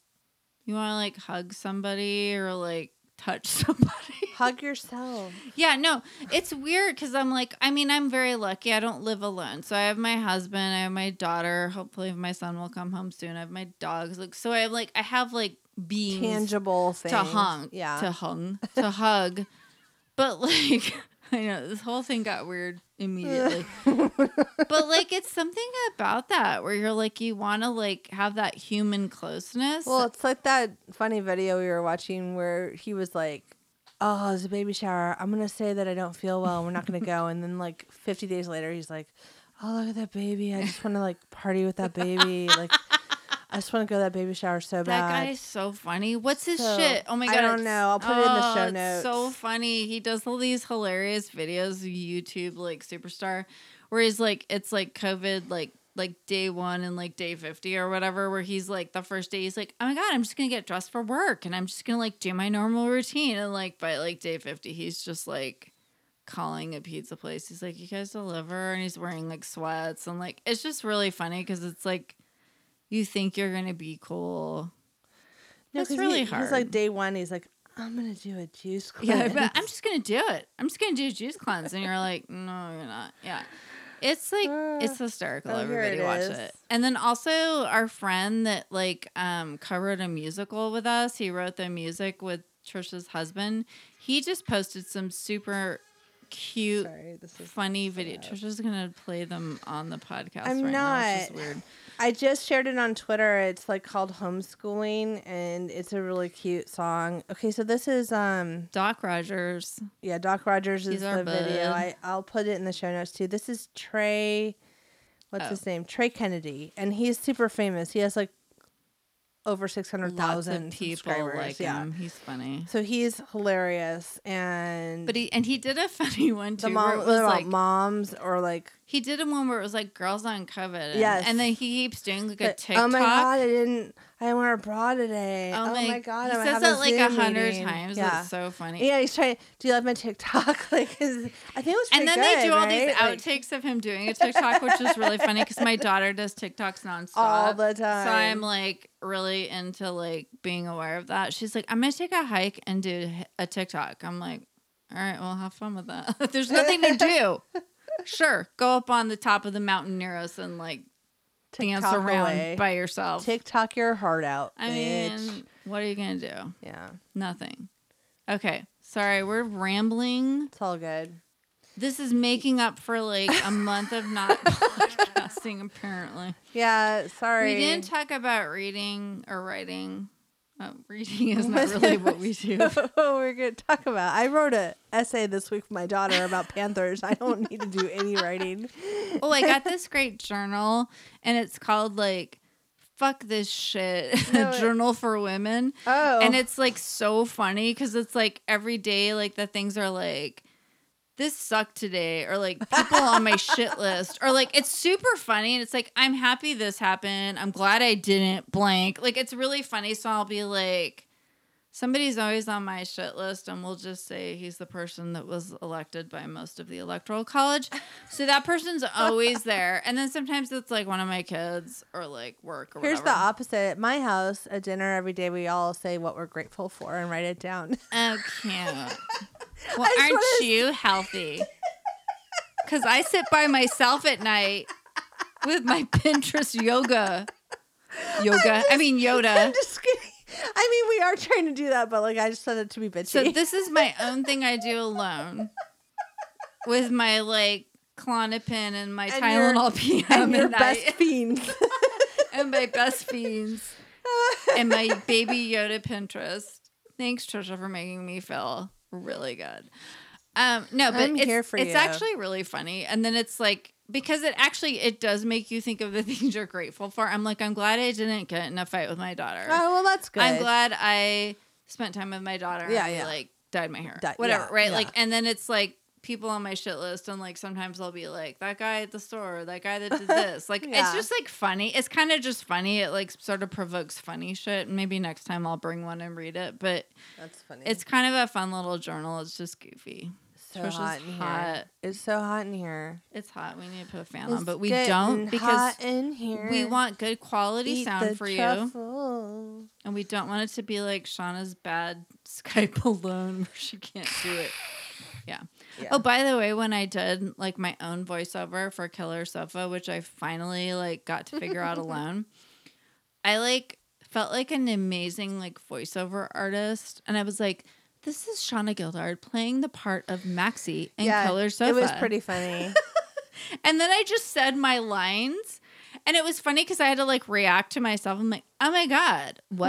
you wanna like hug somebody or like touch somebody.
hug yourself.
yeah, no. It's weird because I'm like, I mean, I'm very lucky. I don't live alone. So I have my husband, I have my daughter. Hopefully my son will come home soon. I have my dogs. Like so I have like I have like beings
Tangible things.
Mm. to hung
Yeah.
to hung to hug but like i know this whole thing got weird immediately but like it's something about that where you're like you want to like have that human closeness
well, it's like that funny video we were watching where he was like, "Oh, it's a baby shower. I'm gonna say that I don't feel well. and We're not gonna go." And then like 50 days later, he's like, "Oh, look at that baby. I just want to like party with that baby. Like, I just want to go to that baby shower so
that
bad."
guy is so funny. What's his
So,
shit? Oh my
I
god! it's-
don't
Oh,
know. I'll put it in the show
it's
notes.
So funny. He does all these hilarious videos. YouTube like superstar, where he's like, it's like COVID, like like day one and like day fifty or whatever. Where he's like, the first day he's like, oh my god, I'm just gonna get dressed for work and I'm just gonna like do my normal routine. And like by like day fifty, he's just like calling a pizza place. He's like, you guys deliver, and he's wearing like sweats and like it's just really funny because it's like. You think you're gonna be cool, That's
'cause
really
he, He's like
hard.
day one. He's like, I'm gonna do a juice
Yeah,
cleanse.
but I'm just gonna do it. I'm just gonna do a juice cleanse, and you're like, no, you're not. Yeah, it's like it's hysterical.
Oh, here
Everybody
it
watch
is.
it. And then also our friend that like um co-wrote a musical with us. He wrote the music with Trisha's husband. He just posted some super cute,
Sorry, this is.
funny video. Trisha's gonna play them on the podcast.
I'm
right Now, which is
not.
weird.
I just shared it on Twitter. It's like called homeschooling, and it's a really cute song. Okay, so this is um
Doc Rogers.
yeah, Doc Rogers is
He's our
the video.
bud.
I I'll put it in the show notes too. This is Trey, what's
Oh.
his name? Trey Kennedy, and he's super famous. He has like over six
Lots
hundred
of
thousand
people
subscribers.
like
yeah,
him. He's funny.
so he's hilarious, and
But he and he did a funny one too. where
the mom,
it was
what about
like
moms or like
he did a one where it was like girls on covet.
Yes.
And then he keeps doing like a
But,
TikTok.
Oh my god, I didn't. I didn't wear a bra today.
Oh my-
god,
He
I'm
says
having
that like a
Zoom
hundred
meeting.
times.
Yeah.
It's so funny.
yeah, he's trying. Do you love my TikTok? Like, is, I think it was.
And then
pretty
they
good,
do all these
right? Like,
outtakes of him doing a TikTok, which is really funny because my daughter does TikToks nonstop
All the
So I'm
time.
like really into like being aware of that. She's like, I'm gonna take a hike and do a TikTok. I'm like, all right, well, have fun with that. There's nothing to do. Sure, go up on the top of the mountain near us and like
TikTok
dance around
away.
by yourself.
TikTok your heart out.
I mean,
bitch.
what are you gonna do?
yeah,
Nothing. Okay, sorry, we're rambling.
it's all good.
This is making up for like a month of not podcasting, apparently.
Yeah, sorry.
We didn't talk about reading or writing. Uh, reading is not really what we do.
what we're gonna talk about. I wrote a essay this week for my daughter about panthers. I don't need to do any writing.
Oh, I got this great journal, and it's called like "Fuck This Shit"
No,
a
it-
journal for women.
Oh,
and it's like so funny because it's like every day like the things are like this sucked today or like people on my shit list or like it's super funny and it's like i'm happy this happened i'm glad i didn't blank like it's really funny so i'll be like somebody's always on my shit list and we'll just say he's the person that was elected by most of the electoral college so that person's always there and then sometimes it's like one of my kids or like work or
Here's the
whatever.
opposite. At my house, at dinner every day, we all say what we're grateful for and write it down.
Oh, cute. Well,
just
aren't
wanna-
you healthy? Because I sit by myself at night with my Pinterest yoga. Yoga. I mean, Yoda.
I'm just kidding. I mean, we are trying to do that, but like, I just said it to be bitchy.
So this is my own thing I do alone with my like Clonopin and my
And your-
Tylenol PM
and your
and,
best
I-
fiend. Oh,
and my best fiends and my baby Yoda Pinterest. Thanks, Trisha, for making me feel really good. Um, no, but
I'm
it's,
here for
it's
you.
actually really funny. And then it's like because it actually it does make you think of the things you're grateful for. I'm like, I'm glad I didn't get in a fight with my daughter.
oh well, that's good.
I'm glad I spent time with my daughter.
Yeah,
and,
yeah.
Like dyed my hair,
Dye-
whatever,
yeah,
right?
yeah.
Like, and then it's like people on my shit list, and like sometimes I'll be like that guy at the store, that guy that did this. Like, it's
Yeah.
just like funny. It's kind of just funny. It like sort of provokes funny shit. And Maybe next time I'll bring one and read it. But
That's funny.
it's kind of a fun little journal. It's just goofy.
so
Trisha's
hot in here.
hot.
It's so hot in here.
It's hot. We need to put a fan
It's
on, but we
getting
don't because
hot in here.
we want good quality
Eat
sound
the
for you.
truffle.
And we don't want it to be like Shauna's bad Skype alone where she can't do it. Yeah.
Yeah.
Oh, by the way, when I did like my own voiceover for Killer Sofa, which I finally like got to figure out alone, I like felt like an amazing like voiceover artist. And I was like, this is Shauna Gildard playing the part of Maxie in
yeah,
Killer Sofa.
It was pretty funny.
And then I just said my lines. And it was funny because I had to like react to myself. I'm like, oh my God, what?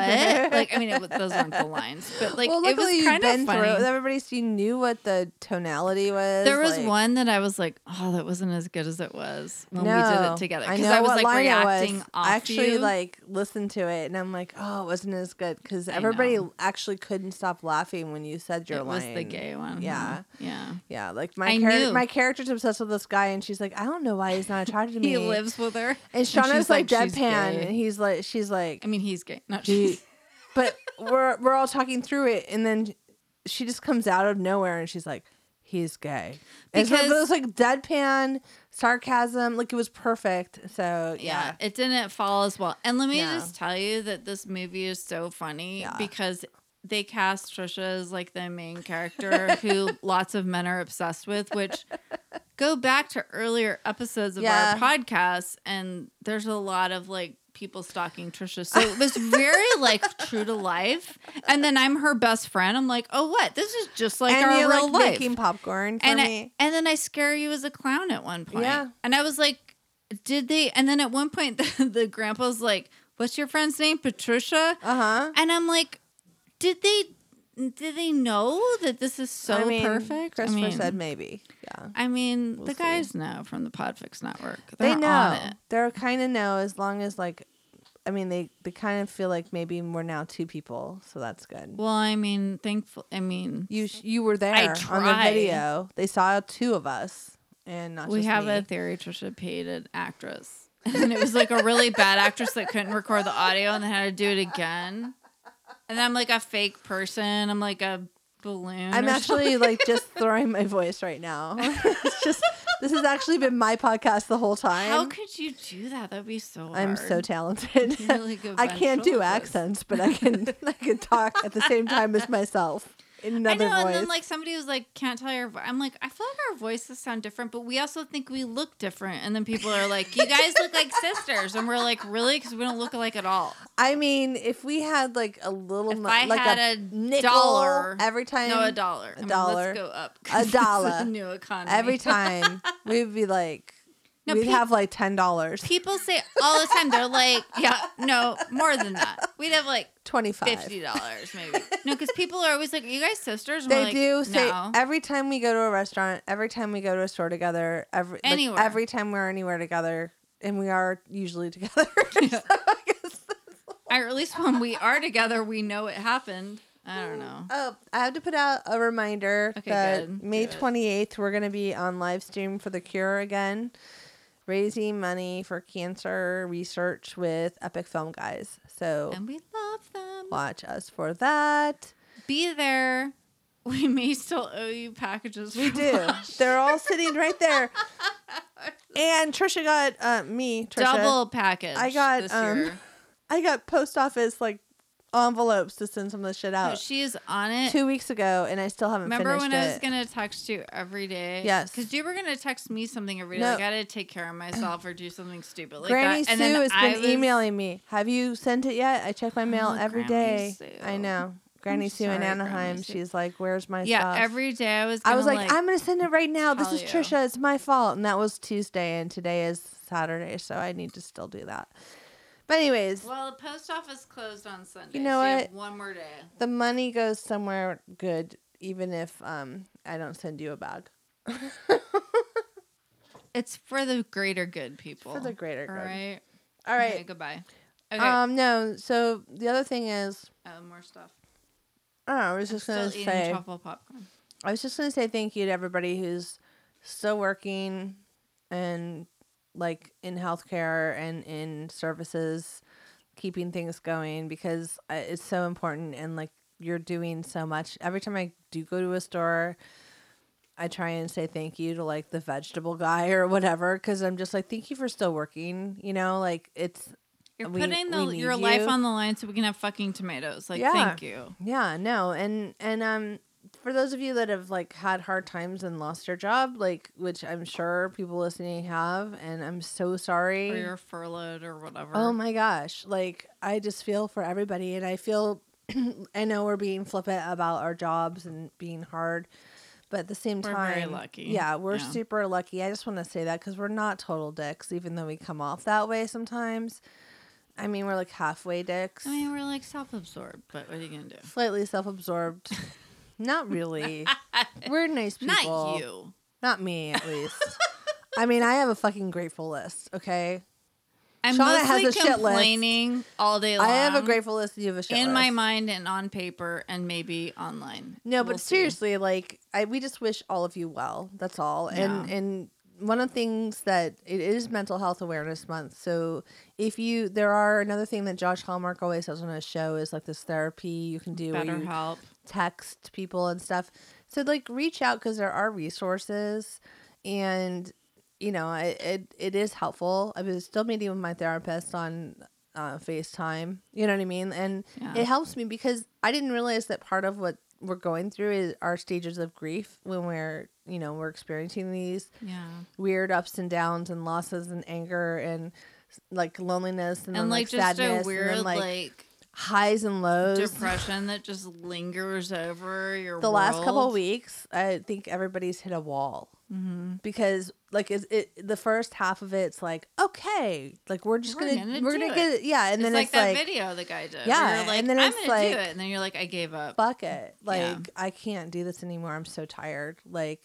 like, I mean, it, wa- those weren't the lines, but like,
well,
it was
luckily you've
kind of
been through it.
funny.
Everybody, so you knew what the tonality was.
There was
like-
one that I was like, oh, that wasn't as good as it was when we did
No,
it together.
I
Because
know
I, was
what
like
line it was.
reacting off
I actually
you.
like listened to it and I'm like, oh, it wasn't as good because
I
everybody
know.
actually couldn't stop laughing when you said your
it was
line.
the gay one. huh?
Yeah.
Yeah.
Yeah, like
I
my char-
knew.
my character's obsessed with this guy, and she's like, I don't know why he's not attracted to me.
He lives with her.
and
she's
Shauna's like,
like, she's
deadpan,
gay.
and he's like, she's like,
I mean, he's gay. Not
"Gee,"
she.
but we're we're all talking through it, and then she just comes out of nowhere, and she's like, he's gay. And so it
Because-
was like deadpan sarcasm, like it was perfect. So
yeah,
yeah,
it didn't fall as well. And let me
No.
just tell you that this movie is so funny
Yeah.
because they cast Trisha as like the main character who lots of men are obsessed with, which go back to earlier episodes of
Yeah.
our podcast and there's a lot of like people stalking Trisha. So it was very like true to life. And then I'm her best friend. I'm like, oh what? This is just like
and
our
you
real
like
life.
making popcorn for
and I,
me.
and then I scare you as a clown at one point.
Yeah.
And I was like, did they? And then at one point, the, the grandpa's like, "What's your friend's name, Patricia?"
Uh huh.
And I'm like, did they? Did they know that this is so
I mean,
perfect?
Christopher
I mean,
said maybe. Yeah.
I mean, the
see.
guys know from the Podfix Network.
They
They're on
know.
it.
They're kind of know as long as like, I mean, they they kind of feel like maybe we're now two people, so that's good.
Well, I mean, thankful. I mean,
You sh- you were there on the
tried.
video. They saw two of us, and not
we
just
have
me.
a theory Trisha paid an actress. And it was like a really bad actress that couldn't record the audio and then had to do it again. And I'm like a fake person. I'm like a balloon.
I'm
or
actually like just throwing my voice right now. it's just this has actually been my podcast the whole
something.
time.
How could you do that? That'd be so hard.
I'm so talented.
You're really good
I can't do
ventriloquist.
accents, but I can I can talk at the same time as myself in
I
another
know, and
voice.
then like somebody was like, "Can't tell your." Vo-. I'm like, I feel like our voices sound different, but we also think we look different. And then people are like, "You guys look like sisters," and we're like, "Really?" Because we don't look alike at all.
I mean, if we had like a little,
If
mo-
I
like
had
a,
a
nickel
dollar-
every time,
No, a dollar.
a
I mean,
dollar.
let's go up. 'cause
A
it's
dollar.
new economy.
every time we'd be like,
No,
we'd
pe-
have like ten dollars,
People say all the time, they're like, yeah, no, more than that. We'd have like
twenty five.
fifty dollars, maybe. No, because people are always like, "Are you guys sisters?" And
They
we're like,
do say
no.
every time we go to a restaurant, every time we go to a store together, every like,
Anywhere.
every time we're anywhere together, and we are usually together. So I guess-
or at least when we are together, we know it happened. I don't know.
Oh, I have to put out a reminder
Okay,
that
good.
May
Do it.
28th, we're going to be on live stream for The Cure again, raising money for cancer research with Epic Film Guys. So
And we love them.
watch us for that.
Be there. We may still owe you packages.
We do. They're all sitting right there. And Trisha got uh, me, Trisha.
double package.
I got,
this
um,
year.
I got post office like envelopes to send some of this shit
No,
out
she is on it.
two weeks ago, and I still haven't
Remember
finished
when
it.
I was gonna text you every day?
Yes.
because you were gonna text me something every day.
No.
Like, I gotta take care of myself or do something stupid like
Granny
that. And
Sue
then
has
I
been
was-
emailing me. Have you sent it yet? I check my mail
Oh,
every day.
Granny Sue.
I know. Granny Sue in
sorry,
Anaheim.
Granny Sue.
She's like, "Where's my
Yeah,
stuff?"
every day I was. Gonna,
I was like, "I'm gonna send it right now. This
tell
is
you.
Trisha. It's my fault." And that was Tuesday, and today is Saturday, so I need to still do that. But anyways,
Well, the post office closed on Sunday.
know
so
what?
have one more day.
the money goes somewhere good, even if um I don't send you a bag
It's for the greater good, people.
for the greater good.
All right.
All
Okay,
right.
goodbye. Okay.
Um, no. So the other thing is,
uh, more stuff.
oh, I was just
Still
gonna
eating
say.
truffle popcorn.
I was just gonna say thank you to everybody who's still working and like in healthcare and in services, keeping things going because uh, it's so important and like you're doing so much. Every time I do go to a store, I try and say thank you to like the vegetable guy or whatever because I'm just like thank you for still working. You know, like it's
You're
We-
putting the,
we
your
need
life
you.
on the line so we can have fucking tomatoes. Like,
Yeah.
thank you.
Yeah, no, and and um, for those of you that have like had hard times and lost your job, like which I'm sure people listening have, and I'm so
Or
sorry.
you're furloughed or whatever.
Oh my gosh, like I just feel for everybody, and I feel, I know we're being flippant about our jobs and being hard, but at the same
We're
time,
very lucky.
Yeah, we're
Yeah.
super lucky. I just want to say that because we're not total dicks, even though we come off that way sometimes. I mean, we're like halfway dicks
I mean, we're like self-absorbed, but what are you gonna do?
slightly self-absorbed. Not really. We're nice people.
Not you.
Not me, at least. I mean, I have a fucking grateful list. Okay,
I'm
Shauna has
mostly
a shit list.
complaining all day long.
I have a grateful list. You have a shit
Um, in my
list.
mind and on paper and maybe online.
No, but
We'll see.
seriously, like I, we just wish all of you well. That's all. And
Yeah.
and one of the things that it is Mental Health Awareness Month. So if you, there are another thing that Josh Hallmark always does on his show is like this therapy you can do. where
better
you-
help.
text people and stuff. So like reach out because there are resources, and you know it, it it is helpful. I was still meeting with my therapist on uh, FaceTime. You know what I mean? And
Yeah.
it helps me because I didn't realize that part of what we're going through is our stages of grief when we're you know we're experiencing these
Yeah.
weird ups and downs and losses and anger and like loneliness and,
And,
then,
like,
like,
just
sadness
a weird
and then,
like,
like, highs and lows.
depression that just lingers over your
the last couple
world. Mm-hmm.
of weeks, I think everybody's hit a wall because like is it the first half of it's like okay, like we're just
We're
gonna,
gonna
we're
do
gonna
it.
get it. yeah, and
it's
then
like
it's
that
like
video the guy did.
Yeah,
Yeah, you're like,
and then
I'm
it's
gonna do
like-
it, and then you're like, I gave up.
fuck it, like
Yeah.
I can't do this anymore. I'm so tired. Like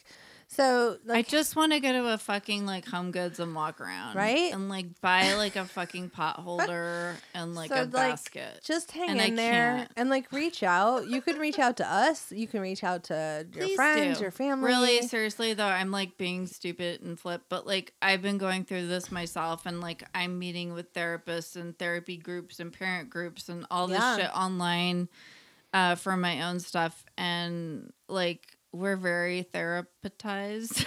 so,
I
like
just want to go to a fucking like Home Goods and walk around,
Right?
And like buy like a fucking pot holder and like
so,
a basket.
Just hang
And I
in there
can't.
and like reach out. You can reach out to us. You can reach out to your
Please
friends,
do.
your family.
Really seriously though, I'm like being stupid and flip, but like I've been going through this myself and like I'm meeting with therapists and therapy groups and parent groups and all this
Yeah.
shit online uh for my own stuff and like we're very therapized.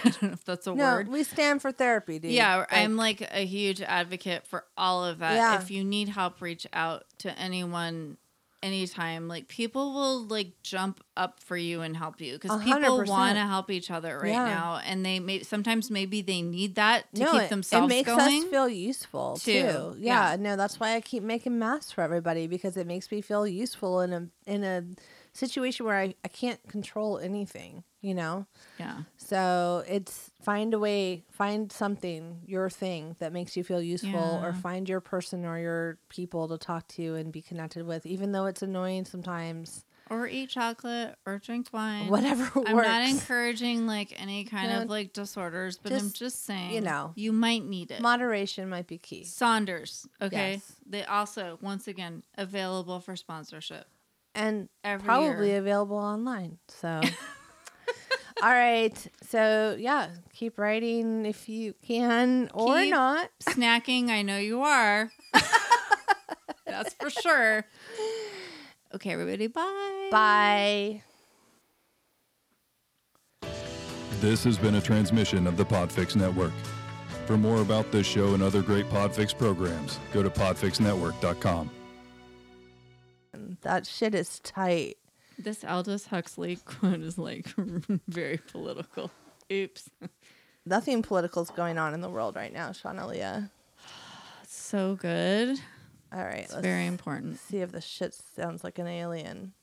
I don't know if that's a
no,
word.
we stand for therapy, dude.
Yeah, I'm like a huge advocate for all of that.
Yeah.
If you need help, reach out to anyone anytime. Like people will like jump up for you and help you
A
because
hundred
people
percent.
want to help each other right
Yeah.
now, and they may sometimes maybe they need that to
no,
keep
it,
themselves
it makes
going.
us feel useful too.
too.
Yeah,
Yeah.
no, that's why I keep making masks for everybody because it makes me feel useful in a in a situation where I, I can't control anything, you know?
yeah,
So it's find a way, find something, your thing that makes you feel useful, or
Yeah.
find your person or your people to talk to and be connected with, even though it's annoying sometimes.
or eat chocolate or drink wine.
Whatever
I'm
works.
not encouraging like any kind
No,
of like disorders, but I'm
just,
just saying,
know,
you might need it.
Moderation might be key.
Saunders, okay.
Yes.
They also, once again, available for sponsorship.
and
Every
probably
year.
available online. So, all right. So yeah, keep writing if you can or
Keep-
not.
Snacking, I know you are. That's for sure. Okay, everybody, bye.
Bye.
This has been a transmission of the Podfix Network. For more about this show and other great Podfix programs, go to podfixnetwork.com.
That shit is tight.
This Aldous Huxley quote is like very political. Oops.
Nothing political is going on in the world right now, Shauna Leah.
So good.
All right,
It's
let's
very important.
see if the shit sounds like an alien.